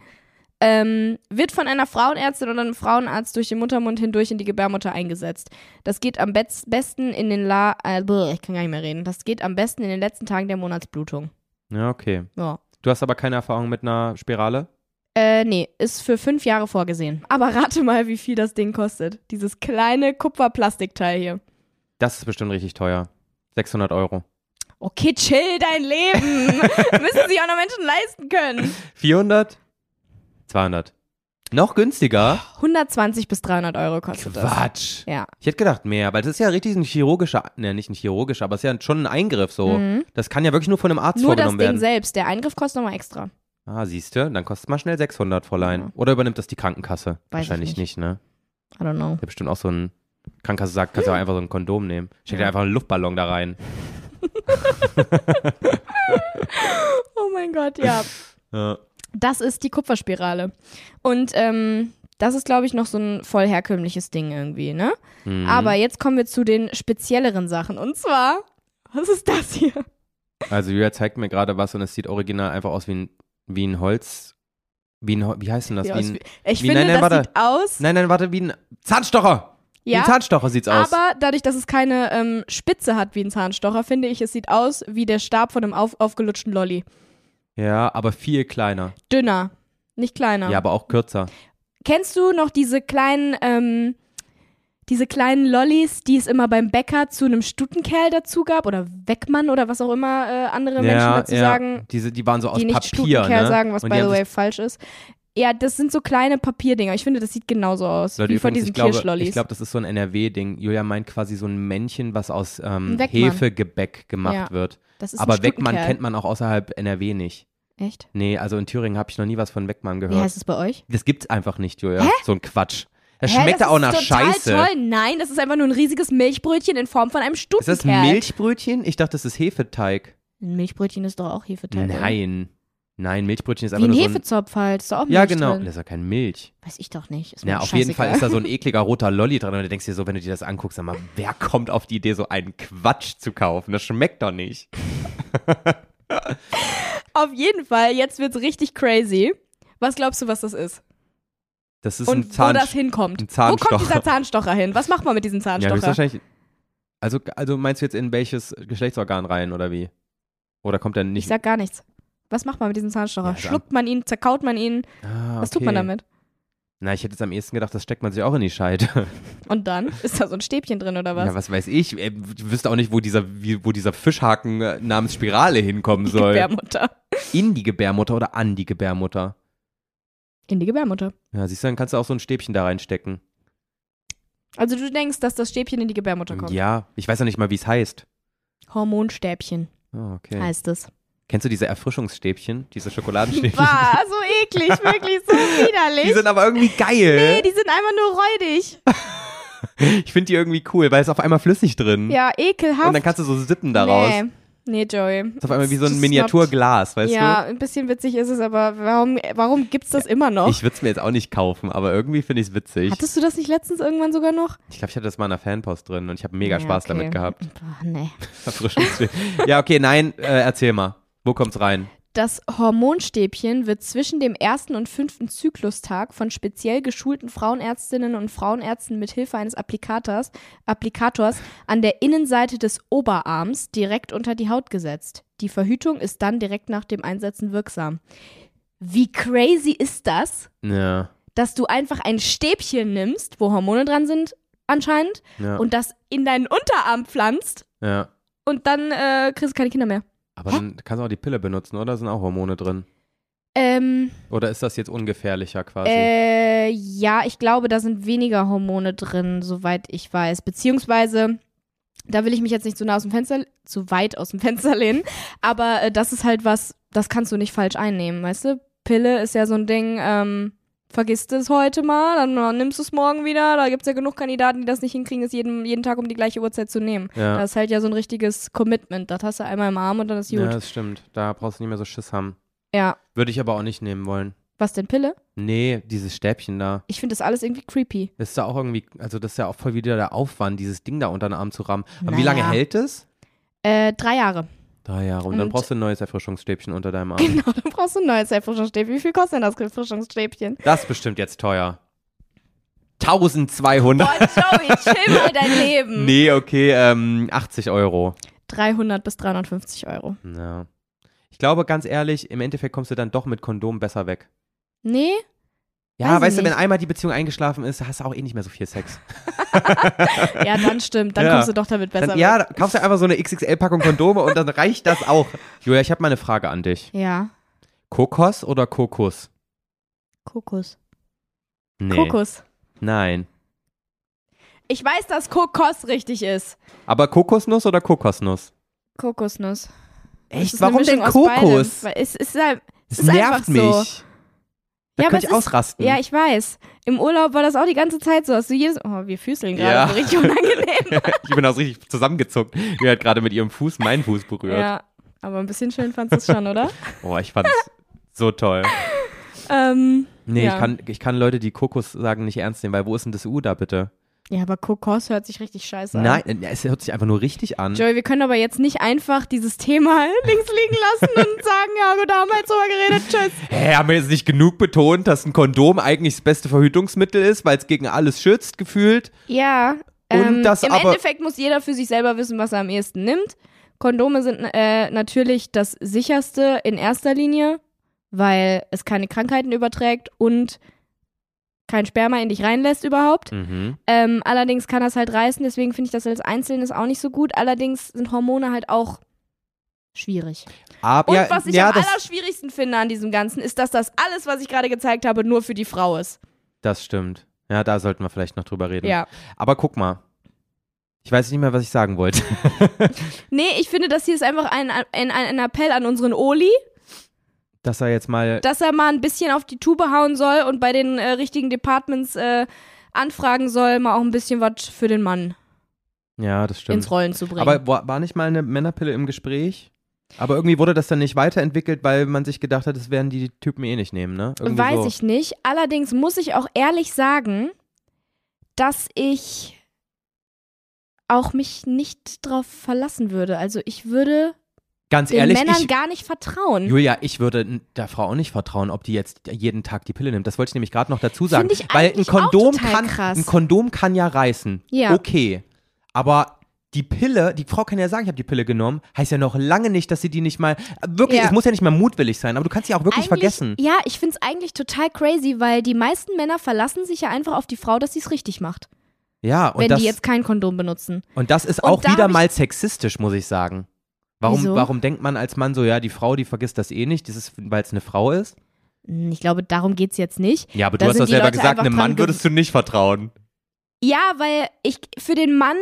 Ähm, wird von einer Frauenärztin oder einem Frauenarzt durch den Muttermund hindurch in die Gebärmutter eingesetzt. Das geht am best besten in den La äh, bleh, ich kann gar nicht mehr reden. Das geht am besten in den letzten Tagen der Monatsblutung. Ja, okay. Ja. Du hast aber keine Erfahrung mit einer Spirale? Äh, nee, ist für fünf Jahre vorgesehen. Aber rate mal, wie viel das Ding kostet. Dieses kleine Kupferplastikteil hier. Das ist bestimmt richtig teuer. 600 Euro. Okay, chill dein Leben. Müssen sich auch noch Menschen leisten können. 400? 200. Noch günstiger? 120 bis 300 Euro kostet das. Quatsch. Ja. Ich hätte gedacht mehr, weil das ist ja richtig ein chirurgischer, ne, nicht ein chirurgischer, aber es ist ja schon ein Eingriff so. Das kann ja wirklich nur von einem Arzt Mhm. Nur das vorgenommen Ding werden. selbst. Der Eingriff kostet nochmal extra. Ah, siehst du, dann kostet mal schnell 600, Fräulein. Ja. Oder übernimmt das die Krankenkasse? Weiß ich Wahrscheinlich nicht. nicht. ne? I don't know. Der bestimmt auch so ein Krankenkasse sagt, kannst du auch einfach so ein Kondom nehmen. Steck dir einfach einen Luftballon da rein. Oh mein Gott, ja. Ja. Das ist die Kupferspirale. Und ähm, das ist, glaube ich, noch so ein voll herkömmliches Ding irgendwie, ne? Mhm. Aber jetzt kommen wir zu den spezielleren Sachen. Und zwar, was ist das hier? Also Julia zeigt mir gerade was und es sieht original einfach aus wie ein, wie ein Holz. Wie ein Hol- wie heißt denn das? Ja, wie es- ein, ich wie- finde, nein, nein, das warte. sieht aus. nein, nein, warte, wie ein Zahnstocher! Wie ein ja, Zahnstocher sieht's aus. aber dadurch, dass es keine ähm, Spitze hat wie ein Zahnstocher, finde ich, es sieht aus wie der Stab von einem auf, aufgelutschten Lolli. Ja, aber viel kleiner. Dünner, nicht kleiner. Ja, aber auch kürzer. Kennst du noch diese kleinen, ähm, diese kleinen Lollis, die es immer beim Bäcker zu einem Stutenkerl dazu gab oder Weckmann oder was auch immer äh, andere Menschen dazu sagen, Diese, die waren so aus die nicht Papier. Stutenkerl Ne? sagen, was Und by die haben the sich- way falsch ist. Ja, das sind so kleine Papierdinger. Ich finde, das sieht genauso aus Leute, wie von übrigens, diesen ich glaube, Kirschlollis. ich glaube, das ist so ein NRW-Ding. Julia meint quasi so ein Männchen, was aus ähm, Ein Weckmann. Hefegebäck gemacht Ja, wird. das ist ein Aber Weckmann Stutenkerl. kennt man auch außerhalb NRW nicht. Echt? Nee, also in Thüringen habe ich noch nie was von Weckmann Wie gehört. heißt es bei euch? das gibt's einfach nicht, Julia. So ein Quatsch. Das Hä, schmeckt das auch ist nach total Scheiße. Toll. Nein, das ist einfach nur ein riesiges Milchbrötchen in Form von einem Ist das Stutenkerl. Milchbrötchen? Ich dachte, das ist Hefeteig. Ein Milchbrötchen ist doch auch Hefeteig. oder? Nein. Nein, Milchbrötchen ist Wie einfach ein nur so ein. Hefezopf halt. Ist doch auch Milch Ja, genau. Drin. Das ist ja kein Milch. Weiß ich doch nicht. Ist mir Ja, doch auf jeden Fall scheißegal. ist da so ein ekliger roter Lolli dran und du denkst dir so, wenn du dir das anguckst, sag mal, wer kommt auf die Idee, so einen Quatsch zu kaufen? Das schmeckt doch nicht. Auf jeden Fall, jetzt wird's richtig crazy. Was glaubst du, was das ist? Das ist ein Und wo Zahn. das hinkommt? ein Wo Zahnstocher. kommt dieser Zahnstocher hin? Was macht man mit diesem ja, Zahnstocher? höchstwahrscheinlich. Also, also meinst du jetzt in welches Geschlechtsorgan rein oder wie? Oder kommt der ich nicht? sag gar nichts. Was macht man mit diesem Zahnstocher? Ja, ist Schluckt man ihn, zerkaut man ihn? ah, Was tut man okay. damit? Na, ich hätte jetzt am ehesten gedacht, das steckt man sich auch in die Scheide. Und dann? Ist da so ein Stäbchen drin oder was? Ja, was weiß ich. Äh, Ich wüsste auch nicht, wo dieser, wie, wo dieser Fischhaken äh, namens Spirale hinkommen die soll. Gebärmutter. in die Gebärmutter oder an die Gebärmutter. In die Gebärmutter. Ja, siehst du, dann kannst du auch so ein Stäbchen da reinstecken. Also du denkst, dass das Stäbchen in die Gebärmutter kommt. Ja, ich weiß ja nicht mal, wie es heißt. Hormonstäbchen Ah, okay. heißt es. Kennst du diese Erfrischungsstäbchen, diese Schokoladenstäbchen? War so eklig, wirklich so Die widerlich. sind aber irgendwie Nee, geil. die sind einfach nur räudig. ich finde die irgendwie cool, weil es auf einmal flüssig drin. Ja, ekelhaft. Und dann kannst du so sippen daraus. Nee, nee Joey. Ist auf einmal wie so Das ein ist Miniaturglas, weißt ja, ein bisschen witzig ist es, aber warum, warum gibt's das immer du? noch? Ich würde es mir jetzt auch nicht kaufen, aber irgendwie finde ich es witzig. Hattest du das nicht letztens irgendwann sogar noch? Ich glaube, ich hatte das mal in einer Fanpost drin und ich habe mega Ja, Spaß okay. damit gehabt. Boah, nee. Erfrischungsstäbchen. ja, okay, nein, äh, erzähl mal. Wo kommt's rein? Das Hormonstäbchen wird zwischen dem ersten und fünften Zyklustag von speziell geschulten Frauenärztinnen und Frauenärzten mit Hilfe eines Applikators, Applikators an der Innenseite des Oberarms direkt unter die Haut gesetzt. Die Verhütung ist dann direkt nach dem Einsetzen wirksam. Wie crazy ist das, Ja. dass du einfach ein Stäbchen nimmst, wo Hormone dran sind anscheinend, Ja. und das in deinen Unterarm pflanzt ja. und dann äh, kriegst du keine Kinder mehr. Aber dann kannst du auch die Pille benutzen, oder? Da sind auch Hormone drin. Ähm, Oder ist das jetzt ungefährlicher quasi? äh, ja, ich glaube, da sind weniger Hormone drin, soweit ich weiß. Beziehungsweise, da will ich mich jetzt nicht zu nah aus dem Fenster, zu weit aus dem Fenster lehnen, aber äh, das ist halt was, das kannst du nicht falsch einnehmen, weißt du? Pille ist ja so ein Ding, ähm, vergisst es heute mal, dann äh, nimmst du es morgen wieder, da gibt es ja genug Kandidaten, die das nicht hinkriegen, es jeden, jeden Tag um die gleiche Uhrzeit zu nehmen. ja. Das ist halt ja so ein richtiges Commitment. Das hast du einmal im Arm und dann ist gut. ja, das stimmt. Da brauchst du nicht mehr so Schiss haben. Ja. Würde ich aber auch nicht nehmen wollen. Was denn Pille? Nee, dieses Stäbchen da. Ich finde das alles irgendwie creepy. Das ist da auch irgendwie, also das ist ja auch voll wieder der Aufwand, dieses Ding da unter den Arm zu rammen. Aber wie Naja. lange hält es? Äh, drei Jahre. Drei Jahre. Und, dann Und- brauchst du ein neues Erfrischungsstäbchen unter deinem Arm. Genau, dann brauchst du ein neues Erfrischungsstäbchen. Wie viel kostet denn das Erfrischungsstäbchen? Das ist bestimmt jetzt teuer. 1200. Boah, Joey, chill mal dein Leben. Nee, okay, ähm, 80 Euro. 300 bis 350 Euro. Ja. Ich glaube, ganz ehrlich, im Endeffekt kommst du dann doch mit Kondom besser weg. Nee? Ja, Weiß ich weißt du, wenn nicht. einmal die Beziehung eingeschlafen ist, hast du auch eh nicht mehr so viel Sex. Ja, dann stimmt. Dann Ja. kommst du doch damit besser Dann, ja, da kaufst du einfach so eine XXL-Packung Kondome und dann reicht das auch. Julia, ich habe mal eine Frage an dich. weg. Ja, Kokos oder Kokos? Kokos. Nee. Kokos. Nein. Ich weiß, dass Kokos richtig ist. Aber Kokosnuss oder Kokosnuss? Kokosnuss. Echt? Das ist eine Warum denn Mischung aus beidem. Kokos? Hm. Weil Es ist, halt- es Das ist einfach nervt mich. so. Da Ja, aber könnte es ich ist- ausrasten. Ja, ich weiß. Im Urlaub war das auch die ganze Zeit so. Hast du jedes. Oh, wir füßeln gerade Ja. so richtig unangenehm. Ich bin auch richtig zusammengezuckt. Julia hat gerade mit ihrem Fuß meinen Fuß berührt. ja. Aber ein bisschen schön fandst du es schon, oder? Oh, ich fand's so toll. ähm, Nee, Ja. ich, kann, ich kann Leute, die Kokos sagen, nicht ernst nehmen, weil wo ist denn das U da bitte? ja, aber Kokos hört sich richtig scheiße an. Nein, es hört sich einfach nur richtig an. Joey, wir können aber jetzt nicht einfach dieses Thema links liegen lassen und sagen, ja, gut, da haben wir jetzt drüber geredet, tschüss. Hä, haben wir jetzt nicht genug betont, dass ein Kondom eigentlich das beste Verhütungsmittel ist, weil es gegen alles schützt, gefühlt? Ja, Und ähm, das im aber- Endeffekt muss jeder für sich selber wissen, was er am ehesten nimmt. Kondome sind äh, natürlich das sicherste in erster Linie, weil es keine Krankheiten überträgt und kein Sperma in dich reinlässt überhaupt. Mhm. Ähm, allerdings kann das halt reißen, deswegen finde ich das als Einzelnes auch nicht so gut. Allerdings sind Hormone halt auch schwierig. Ab, Und ja, was ich ja, am das, allerschwierigsten finde an diesem Ganzen, ist, dass das alles, was ich gerade gezeigt habe, nur für die Frau ist. das stimmt. Ja, da sollten wir vielleicht noch drüber reden. Ja. Aber guck mal. Ich weiß nicht mehr, was ich sagen wollte. Nee, ich finde, das hier ist einfach ein, ein, ein Appell an unseren Oli, Dass er jetzt mal. dass er mal ein bisschen auf die Tube hauen soll und bei den äh, richtigen Departments äh, anfragen soll, mal auch ein bisschen was für den Mann ja, das stimmt. ins Rollen zu bringen. Aber war, war nicht mal eine Männerpille im Gespräch? Aber irgendwie wurde das dann nicht weiterentwickelt, weil man sich gedacht hat, das werden die Typen eh nicht nehmen, ne? Irgendwie Weiß so. ich nicht. Allerdings muss ich auch ehrlich sagen, dass ich auch mich nicht drauf verlassen würde. Also ich würde Ganz den ehrlich, Männern ich, gar nicht vertrauen. Julia, ich würde n- der Frau auch nicht vertrauen, ob die jetzt jeden Tag die Pille nimmt. Das wollte ich nämlich gerade noch dazu sagen. Finde ich weil ein eigentlich Kondom auch total kann, krass. ein Kondom kann ja reißen. Ja. Okay. Aber die Pille, die Frau kann ja sagen, ich habe die Pille genommen, heißt ja noch lange nicht, dass sie die nicht mal wirklich, Ja. es muss ja nicht mal mutwillig sein, aber du kannst sie auch wirklich Eigentlich- vergessen. Ja, ich find's eigentlich total crazy, weil die meisten Männer verlassen sich ja einfach auf die Frau, dass sie's richtig macht, Ja, und wenn das die jetzt kein Kondom benutzen. Und das ist Und auch da wieder hab ich- mal sexistisch, muss ich sagen. Warum, Wieso? warum denkt man als Mann so, ja, die Frau, die vergisst das eh nicht, das ist, weil es eine Frau ist? Hm, Ich glaube, darum geht's jetzt nicht. Ja, aber Da sind die Leute einfach dran du nicht vertrauen. Ja, weil ich für den Mann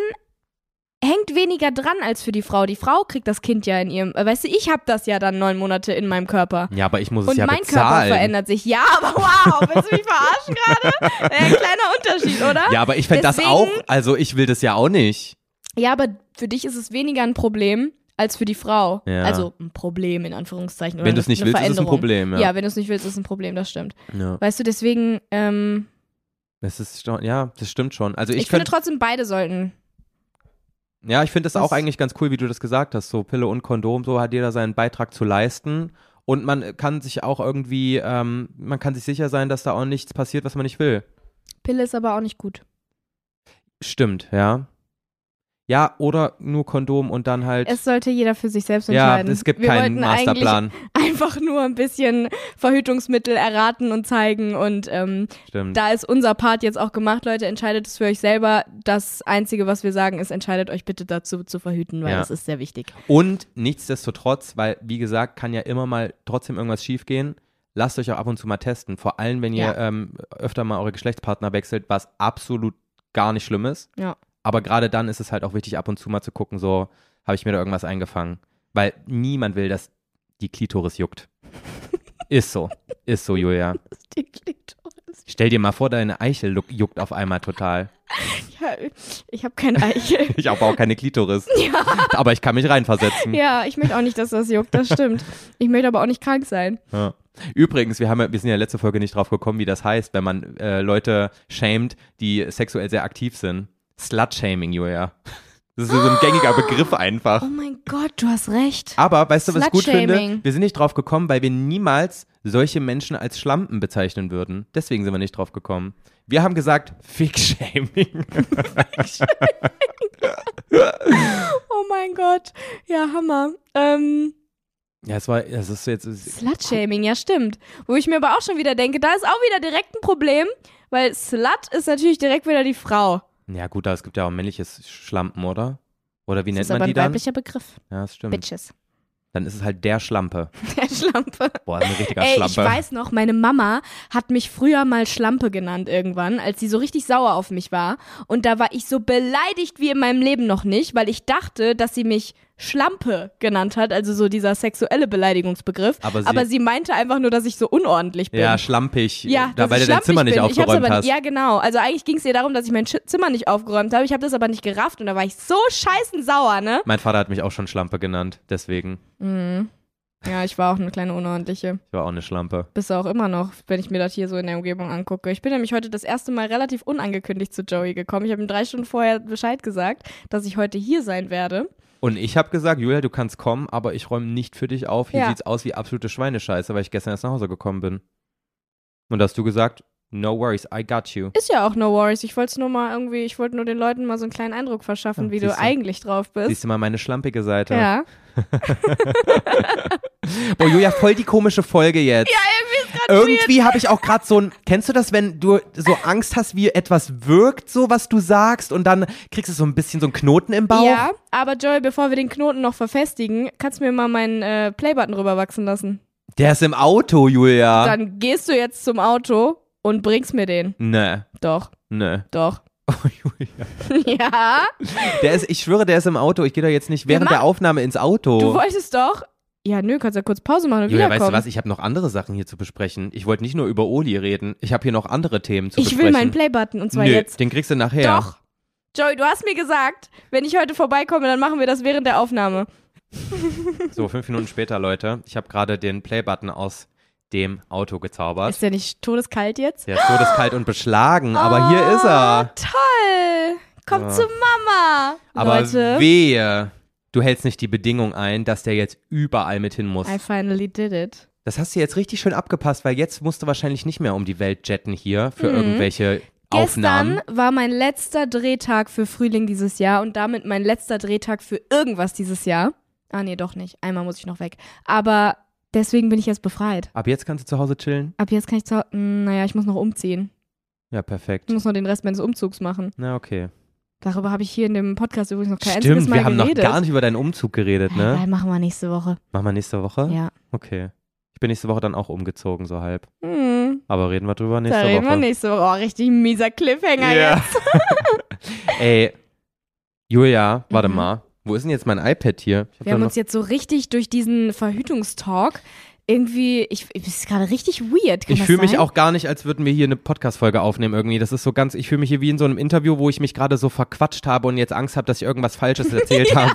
hängt weniger dran als für die Frau. Die Frau kriegt das Kind ja in ihrem, äh, weißt du, ich hab das ja dann neun Monate in meinem Körper. Ja, aber ich muss Und es ja mein Körper bezahlen. verändert sich. Ja, aber wow, willst du mich verarschen gerade? Ein kleiner Unterschied, oder? Ja, aber ich fände das Deswegen- auch, also ich will das ja auch nicht. Ja, aber für dich ist es weniger ein Problem als für die Frau. Ja. Also ein Problem in Anführungszeichen. Oder Wenn du es nicht eine willst, ist es ein Veränderung. Problem. Ja. Ja, wenn du es nicht willst, ist es ein Problem, das stimmt. ja. Weißt du, deswegen, ähm, Das, ist schon, ja das stimmt schon. Also ich, ich, finde könnte, trotzdem, beide sollten. ja, ich finde das das- auch eigentlich ganz cool, wie du das gesagt hast. So Pille und Kondom, so hat jeder seinen Beitrag zu leisten. Und man kann sich auch irgendwie, ähm, man kann sich sicher sein, dass da auch nichts passiert, was man nicht will. Pille ist aber auch nicht gut. Stimmt, ja. Ja, oder nur Kondom und dann halt. Es sollte jeder für sich selbst ja, entscheiden. es gibt Wir keinen wollten eigentlich Masterplan. Einfach nur ein bisschen Verhütungsmittel erraten und zeigen. Und ähm, Stimmt. da ist unser Part jetzt auch gemacht, Leute. Entscheidet es für euch selber. Das Einzige, was wir sagen, ist, entscheidet euch bitte dazu zu verhüten, weil Ja. das ist sehr wichtig. Und nichtsdestotrotz, weil, wie gesagt, kann ja immer mal trotzdem irgendwas schiefgehen. Lasst euch auch ab und zu mal testen. Vor allem, wenn ihr ähm, öfter mal eure Geschlechtspartner wechselt, was absolut gar nicht schlimm ist. Ja. Aber gerade dann ist es halt auch wichtig, ab und zu mal zu gucken, so, habe ich mir da irgendwas eingefangen? Weil niemand will, dass die Klitoris juckt. ist so. Ist so, Julia. Die Klitoris. Stell dir mal vor, deine Eichel lu- juckt auf einmal total. Ja, ich habe kein Eichel. Ich habe auch keine Klitoris. Aber ich kann mich reinversetzen. ja, ich möchte auch nicht, dass das juckt. Das stimmt. Ich möchte aber auch nicht krank sein. Ja. Übrigens, wir, haben, ja- wir sind ja letzte Folge nicht drauf gekommen, wie das heißt, wenn man äh, Leute shamed, die sexuell sehr aktiv sind. Slut-Shaming, Julia. Das ist so ein gängiger Begriff einfach. Oh mein Gott, du hast recht. Aber weißt du, was ich gut finde? Slut-Shaming. Wir sind nicht drauf gekommen, weil wir niemals solche Menschen als Schlampen bezeichnen würden. Deswegen sind wir nicht drauf gekommen. Wir haben gesagt, Fick-Shaming. Oh mein Gott. Ja, Hammer. Ähm, Ja, es war, es ist jetzt, es- Slut-Shaming, ja, stimmt. Wo ich mir aber auch schon wieder denke, da ist auch wieder direkt ein Problem, weil Slut ist natürlich direkt wieder die Frau. ja gut, aber es gibt ja auch männliches Schlampen, oder? Oder wie Das nennt ist aber man die ein dann? Hm. weiblicher Begriff. Ja, das stimmt. Bitches. Dann ist es halt der Schlampe. Der Schlampe. Boah, das ist ein richtiger Ey, Schlampe. ich weiß noch, meine Mama hat mich früher mal Schlampe genannt irgendwann, als sie so richtig sauer auf mich war. Und da war ich so beleidigt wie in meinem Leben noch nicht, weil ich dachte, dass sie mich Schlampe genannt hat, also so dieser sexuelle Beleidigungsbegriff. Aber Also sie- aber sie meinte einfach nur, dass ich so unordentlich bin. Ja, schlampig. Ja, da, dass weil ich du dein schlampig Zimmer nicht bin. Ich hab's aufgeräumt aber, hast. Ja, genau. Also eigentlich ging es ihr darum, dass ich mein Sch Zimmer nicht aufgeräumt habe. Ich habe das aber nicht gerafft und da war ich so scheißen sauer, ne? Mein Vater hat mich auch schon Schlampe genannt, deswegen. Mhm. Ja, ich war auch eine kleine unordentliche. Ich war auch eine Schlampe. Bist du auch immer noch, wenn ich mir das hier so in der Umgebung angucke. Ich bin nämlich heute das erste Mal relativ unangekündigt zu Joey gekommen. Ich habe ihm drei Stunden vorher Bescheid gesagt, dass ich heute hier sein werde. Und ich habe gesagt, Julia, du kannst kommen, aber ich räume nicht für dich auf. Hier Ja. sieht's aus wie absolute Schweinescheiße, weil ich gestern erst nach Hause gekommen bin. Und da hast du gesagt, no worries, I got you. Ist ja auch no worries. Ich wollte es nur mal irgendwie, ich wollte nur den Leuten mal so einen kleinen Eindruck verschaffen, Ja, wie du siehst du. eigentlich drauf bist. Siehst du mal meine schlampige Seite? Ja. Boah, Julia, voll die komische Folge jetzt. Ja, irgendwie ist Irgendwie habe ich auch gerade so ein. Kennst du das, wenn du so Angst hast, wie etwas wirkt, so was du sagst, und dann kriegst du so ein bisschen so einen Knoten im Bauch? Ja, aber Joey, bevor wir den Knoten noch verfestigen, kannst du mir mal meinen äh, Playbutton rüberwachsen lassen. Der ist im Auto, Julia. Dann gehst du jetzt zum Auto und bringst mir den. Nee, Doch, nee. doch. Oh, Julia. ja, Der ist, ich schwöre, der ist im Auto. Ich gehe da jetzt nicht Wir während der Aufnahme ins du Auto. wolltest doch. Ja, nö, kannst ja kurz Pause machen und Julia, Oh. weißt du wiederkommen. was? Ich habe noch andere Sachen hier zu besprechen. Ich wollte nicht nur über Oli reden. Ich habe hier noch andere Themen zu ich besprechen. will meinen Playbutton und zwar Nö, jetzt. den kriegst du nachher. Doch. Joey, du hast mir gesagt, wenn ich heute vorbeikomme, dann machen wir das während der Aufnahme. So, fünf Minuten später, Leute. Ich habe gerade den Playbutton aus dem Auto gezaubert. Ist der nicht todeskalt jetzt? Oh, Der ist todeskalt und beschlagen, Ah, aber hier ist er. Toll! Komm Ja. zu Mama! Aber Leute, wehe, du hältst nicht die Bedingung ein, dass der jetzt überall mit hin muss. I finally did it. Das hast du jetzt richtig schön abgepasst, weil jetzt musst du wahrscheinlich nicht mehr um die Welt jetten hier für irgendwelche Aufnahmen. Mhm. Gestern war mein letzter Drehtag für Frühling dieses Jahr und damit mein letzter Drehtag für irgendwas dieses Jahr. Ah, nee, doch nicht. Einmal muss ich noch weg. Aber deswegen bin ich jetzt befreit. Ab jetzt kannst du zu Hause chillen. Ab jetzt kann ich zu Hau- Hm, Naja, ich muss noch umziehen. Ja, perfekt. Ich muss noch den Rest meines Umzugs machen. Na, okay. Darüber habe ich hier in dem Podcast übrigens noch kein einziges Stimmt, also Mal wir haben geredet. noch gar nicht über deinen Umzug geredet, ne? Egal, machen wir nächste Woche. Machen wir nächste Woche? Ja. Okay. Ich bin nächste Woche dann auch umgezogen, so halb. Hm, Aber reden wir drüber nächste da reden Woche. wir nächste Woche. Oh, richtig mieser Cliffhanger Ja. jetzt. Ey, Julia, warte Mhm. mal. Wo ist denn jetzt mein iPad hier? Ich hab Wir da haben noch- uns jetzt so richtig durch diesen Verhütungstalk irgendwie, ich, ich ist gerade richtig weird. Kann ich das fühle mich sein? auch gar nicht, als würden wir hier eine Podcast-Folge aufnehmen irgendwie. Das ist so ganz, ich fühle mich hier wie in so einem Interview, wo ich mich gerade so verquatscht habe und jetzt Angst habe, dass ich irgendwas Falsches erzählt habe.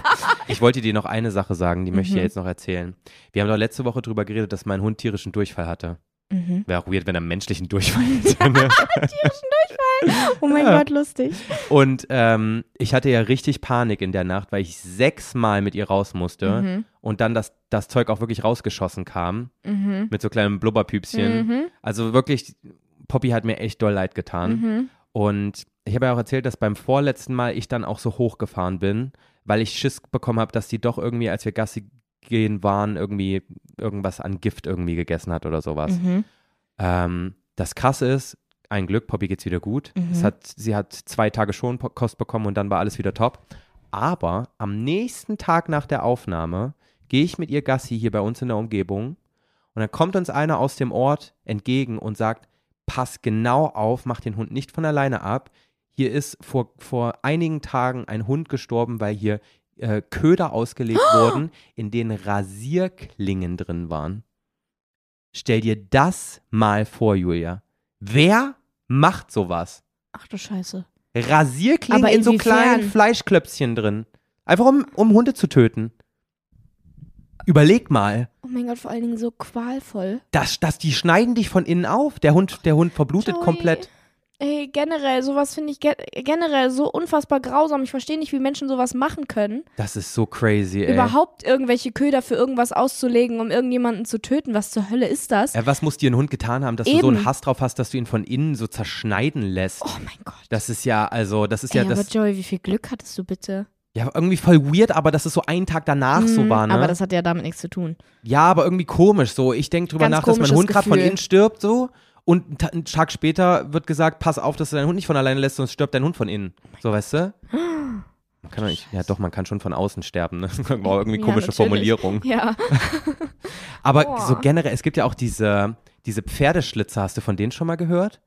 Ich wollte dir noch eine Sache sagen, die möchte ich Mhm. dir jetzt noch erzählen. Wir haben doch letzte Woche drüber geredet, dass mein Hund tierischen Durchfall hatte. Mhm. Wäre auch weird, wenn er menschlichen Durchfall hätte. ne? Oh mein Ah, Ja. Gott, lustig. und ähm, ich hatte ja richtig Panik in der Nacht, weil ich sechsmal mit ihr raus musste Mhm. und dann das, das Zeug auch wirklich rausgeschossen kam Mhm. mit so kleinen Blubberpüpschen. Mhm. Also wirklich, Poppy hat mir echt doll leid getan. Mhm. Und ich habe ja auch erzählt, dass beim vorletzten Mal ich dann auch so hochgefahren bin, weil ich Schiss bekommen habe, dass die doch irgendwie, als wir Gassi gehen waren, irgendwie irgendwas an Gift irgendwie gegessen hat oder sowas. Mhm. Ähm, das krasse ist, ein Glück, Poppy geht's wieder gut. Mhm. Es hat, sie hat zwei Tage Schonkost bekommen und dann war alles wieder top. Aber am nächsten Tag nach der Aufnahme gehe ich mit ihr Gassi hier bei uns in der Umgebung und dann kommt uns einer aus dem Ort entgegen und sagt, pass genau auf, mach den Hund nicht von alleine ab. Hier ist vor, vor einigen Tagen ein Hund gestorben, weil hier äh, Köder ausgelegt wurden, in denen Rasierklingen drin waren. Stell dir das mal vor, Julia. Wer macht sowas? Ach du Scheiße. Rasierklingen Aber in so inwiefern? kleinen Fleischklöpschen drin. Einfach um, um Hunde zu töten. Überleg mal. Oh mein Gott, vor allen Dingen so qualvoll. Das, das, die schneiden dich von innen auf. Der Hund, der Hund verblutet Joey. komplett. Ey, generell, sowas finde ich ge generell so unfassbar grausam. Ich verstehe nicht, wie Menschen sowas machen können. Das ist so crazy, ey. Überhaupt irgendwelche Köder für irgendwas auszulegen, um irgendjemanden zu töten. Was zur Hölle ist das? Äh, was muss dir ein Hund getan haben, dass du so einen Eben. Hass drauf hast, dass du ihn von innen so zerschneiden lässt? Oh mein Gott. Das ist ja, also, das ist ja Ey, aber das. Joey, wie viel Glück hattest du bitte? Ja, irgendwie voll weird, aber dass es so einen Tag danach so Mhm, war, ne? Aber das hat ja damit nichts zu tun. ja, aber irgendwie komisch so. Ich denke drüber Ganz nach, dass mein komisches Hund gerade von Gefühl. innen stirbt so. Und einen Ta- einen Tag später wird gesagt, pass auf, dass du deinen Hund nicht von alleine lässt, sonst stirbt dein Hund von innen. So, weißt du? Man kann doch nicht, ja doch, man kann schon von außen sterben. Ne? Wow, irgendwie Ja, komische natürlich. Formulierung. Ja. Aber Boah. so generell, es gibt ja auch diese, diese Pferdeschlitzer, hast du von denen schon mal gehört?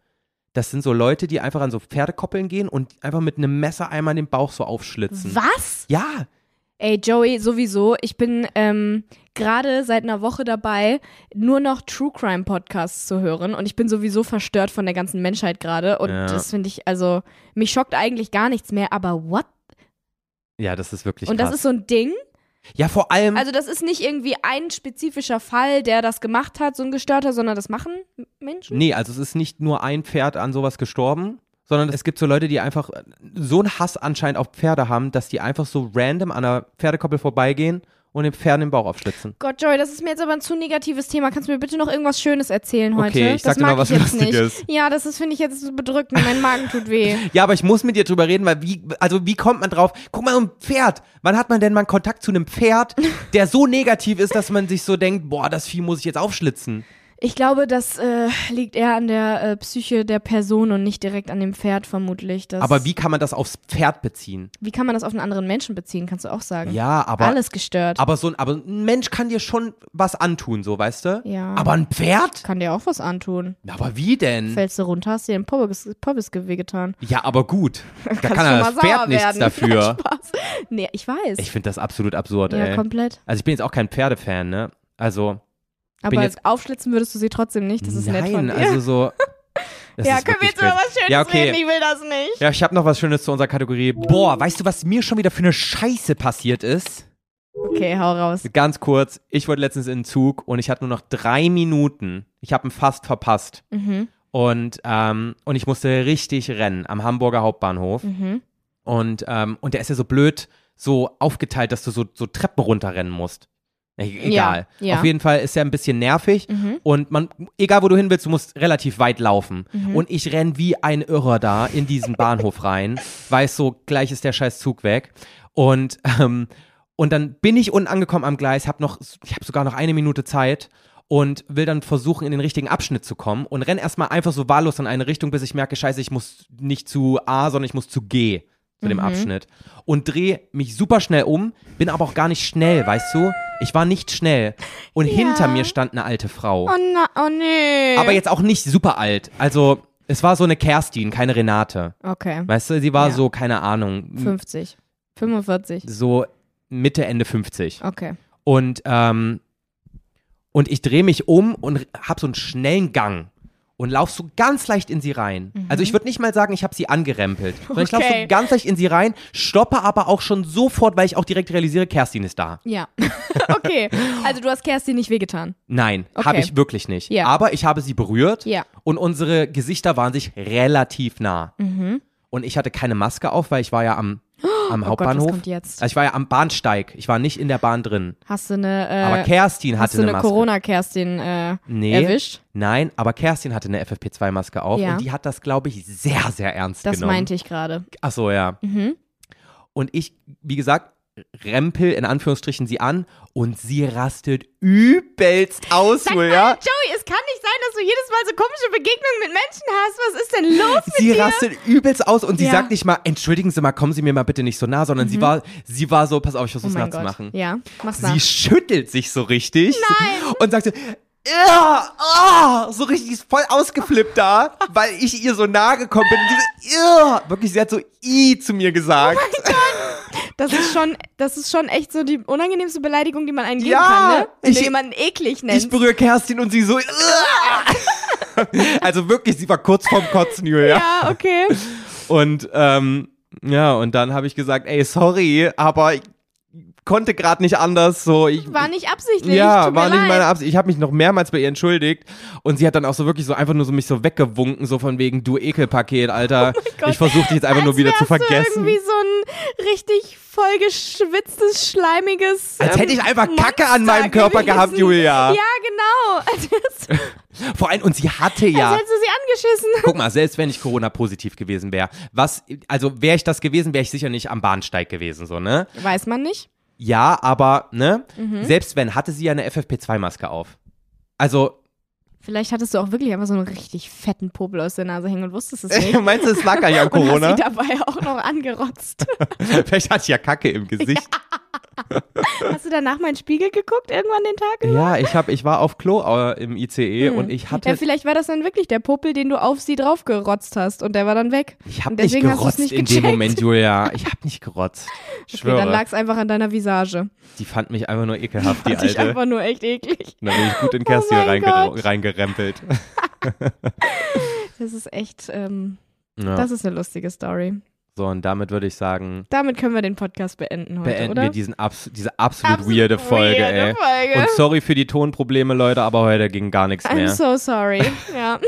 Das sind so Leute, die einfach an so Pferdekoppeln gehen und einfach mit einem Messer einmal den Bauch so aufschlitzen. Was? Ja, Ey, Joey, sowieso. Ich bin ähm, gerade seit einer Woche dabei, nur noch True Crime Podcasts zu hören. Und ich bin sowieso verstört von der ganzen Menschheit gerade. Und Ja. das finde ich, also, mich schockt eigentlich gar nichts mehr. Aber what? ja, das ist wirklich Und krass. das ist so ein Ding. ja, vor allem, Also, das ist nicht irgendwie ein spezifischer Fall, der das gemacht hat, so ein Gestörter, sondern das machen Menschen. Nee, also es ist nicht nur ein Pferd an sowas gestorben, sondern es gibt so Leute, die einfach äh, so einen Hass anscheinend auf Pferde haben, dass die einfach so random an einer Pferdekoppel vorbeigehen und dem Pferd den Bauch aufschlitzen. Gott, Joey, das ist mir jetzt aber ein zu negatives Thema. Kannst du mir bitte noch irgendwas Schönes erzählen heute? Okay, ich das sag dir mal mag was ich jetzt Lustiges. Nicht. Ja, das ist, finde ich, jetzt so bedrückend. Mein Magen tut weh. Ja, aber ich muss mit dir drüber reden, weil wie, also wie kommt man drauf? Guck mal, so ein Pferd. Wann hat man denn mal Kontakt zu einem Pferd, der so negativ ist, dass man sich so denkt, boah, das Vieh muss ich jetzt aufschlitzen? Ich glaube, das äh, liegt eher an der äh, Psyche der Person und nicht direkt an dem Pferd, vermutlich. Das, Aber wie kann man das aufs Pferd beziehen? wie kann man das auf einen anderen Menschen beziehen, kannst du auch sagen. Ja, aber. Alles gestört. Aber so ein, aber ein Mensch kann dir schon was antun, so, weißt du? Ja. Aber Hm. ein Pferd? Kann dir auch was antun. Aber wie denn? Fällst du runter, hast dir den Poppes, Poppes wehgetan. Ja, aber gut. Da kann schon ja mal das Pferd sauer nichts werden. dafür. Was? Nee, ich weiß. Ich finde das absolut absurd, ja, ey. komplett. Also ich bin jetzt auch kein Pferdefan, ne? Also, bin Aber jetzt- aufschlitzen würdest du sie trotzdem nicht, das ist nett von nein, dir. also so. Das ja, ist können wir wirklich jetzt über crazy. was Schönes ja, okay. reden? Ich will das nicht. Ja, ich habe noch was Schönes zu unserer Kategorie. Boah, weißt du, was mir schon wieder für eine Scheiße passiert ist? Okay, hau raus. Ganz kurz, ich wollte letztens in den Zug und ich hatte nur noch drei Minuten. Ich habe ihn fast verpasst. Mhm, Und, ähm, und ich musste richtig rennen am Hamburger Hauptbahnhof. mhm. Und, ähm, und der ist ja so blöd, so aufgeteilt, dass du so, so Treppen runterrennen musst. E egal. Ja, ja. Auf jeden Fall ist er ein bisschen nervig. Mhm. Und man, egal wo du hin willst, du musst relativ weit laufen. Und ich renn wie ein Irrer da in diesen Bahnhof rein. Weiß so, gleich ist der scheiß Zug weg. Und, ähm, und dann bin ich unten angekommen am Gleis, hab noch, ich habe sogar noch eine Minute Zeit und will dann versuchen, in den richtigen Abschnitt zu kommen und renn erstmal einfach so wahllos in eine Richtung, bis ich merke, scheiße, ich muss nicht zu A, sondern ich muss zu G, zu dem Abschnitt. Und drehe mich super schnell um, bin aber auch gar nicht schnell, weißt du? Ich war nicht schnell. Und hinter mir stand eine alte Frau. Oh, na, oh nee. Aber jetzt auch nicht super alt. Also, es war so eine Kerstin, keine Renate. Okay, Weißt du, sie war Ja. so, keine Ahnung, m- 50. 45. so Mitte, Ende 50. Okay. Und, ähm, und ich drehe mich um und habe so einen schnellen Gang und lauf so ganz leicht in sie rein. Also ich würde nicht mal sagen, ich habe sie angerempelt, sondern ich laufe Mhm. Okay. so ganz leicht in sie rein, stoppe aber auch schon sofort, weil ich auch direkt realisiere, Kerstin ist da. Ja. okay. Also du hast Kerstin nicht wehgetan. Nein, Okay. habe ich wirklich nicht. Ja. Aber ich habe sie berührt Ja. und unsere Gesichter waren sich relativ nah. Und ich hatte keine Maske auf, weil ich war ja am am Mhm. Oh Gott, Hauptbahnhof. was kommt jetzt? Also ich war ja am Bahnsteig. Ich war nicht in der Bahn drin. Hast du eine, äh, aber Kerstin hast hatte du eine eine Maske. Corona-Kerstin äh, Nee. erwischt? Nein, aber Kerstin hatte eine FFP2-Maske auf Ja. und die hat das, glaube ich, sehr, sehr ernst Das genommen. meinte ich gerade. Ach so, ja. Mhm. Und ich, wie gesagt, rempel in Anführungsstrichen sie an und sie rastet übelst aus, Sag mal, Julia. Joey, es kann nicht sein, dass du jedes Mal so komische Begegnungen mit Menschen hast. Was ist denn los mit Sie dir? rastet übelst aus und sie Ja. Mhm. sagt nicht mal, entschuldigen Sie mal, kommen Sie mir mal bitte nicht so nah, sondern sie war, sie war so, pass auf, ich versuch's nachzumachen. Oh Ja, mach's nach. Sie schüttelt sich so richtig Nein. und sagt so, "Irr, ah", so richtig ist voll ausgeflippt da, weil ich ihr so nahe gekommen bin. Und sie so, "Irr", wirklich, sie hat so i zu mir Oh gesagt. Das ist schon, das ist schon echt so die unangenehmste Beleidigung, die man einen geben Ja, kann, ne? Wenn ich- du jemanden eklig ich nennst. berühre Kerstin und sie so. "Irr". also wirklich, sie war kurz vorm Kotzen, Julia. ja, okay. Und ähm, ja, und dann habe ich gesagt, ey, sorry, aber ich konnte gerade nicht anders. So, ich War nicht absichtlich. ja, Tut mir war nicht leid. meine Absicht. Ich habe mich noch mehrmals bei ihr entschuldigt und sie hat dann auch so wirklich so einfach nur so mich so weggewunken, so von wegen du Ekelpaket, Alter. Oh Gott. ich versuche dich jetzt einfach nur Als wieder zu wärst Du vergessen. irgendwie so ein richtig vollgeschwitztes, schleimiges. Als ähm, hätte ich einfach Kacke Monster an meinem Körper gewesen. gehabt, Julia. Ja, genau. Als, hättest- Vor allem, und sie hatte ja. als hättest du sie angeschissen. Guck mal, selbst wenn ich Corona-positiv gewesen wäre, was, also wäre ich das gewesen, wäre ich sicher nicht am Bahnsteig gewesen, so, ne? Weiß man nicht. Ja, aber, ne? Mhm. Selbst wenn, hatte sie ja eine FFP2-Maske auf. Also, Vielleicht hattest du auch wirklich einfach so einen richtig fetten Popel aus der Nase hängen und wusstest es nicht. meinst du, es lag gar nicht an Und Corona? hast sie dabei auch noch angerotzt. Vielleicht hatte ich ja Kacke im Gesicht. Hast du danach mal in den Spiegel geguckt, irgendwann den Tag? Ja, ich, hab, ich war auf Klo äh, im ICE und ich Hm. Ja, hatte, vielleicht war das dann wirklich der Popel, den du auf sie draufgerotzt hast und der war dann weg. ich habe Und nicht deswegen hast du's gerotzt nicht in dem gecheckt. Moment, Julia. Ich habe nicht gerotzt. Ich Okay, dann schwöre. lag es einfach an deiner Visage. Die fand mich einfach nur ekelhaft, die Fand ich Alte. einfach nur echt eklig. Und Dann bin ich gut in Kerstin mein reingere Gott. reingerempelt. Das ist echt, ähm, Ja. das ist eine lustige Story. So, und damit würde ich sagen, Damit können wir den Podcast beenden heute, beenden oder? wir diesen abs diese absolut, Absolut weirde Folge, weirde ey. Folge. Und sorry für die Tonprobleme, Leute, aber heute ging gar nichts I'm mehr. so sorry. Ja.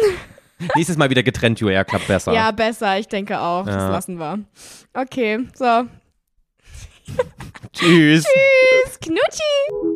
Nächstes Mal wieder getrennt, Julia, klappt besser. ja, besser, ich denke auch. Das Ja. lassen wir. Okay, so. Tschüss. Tschüss, Knutschi!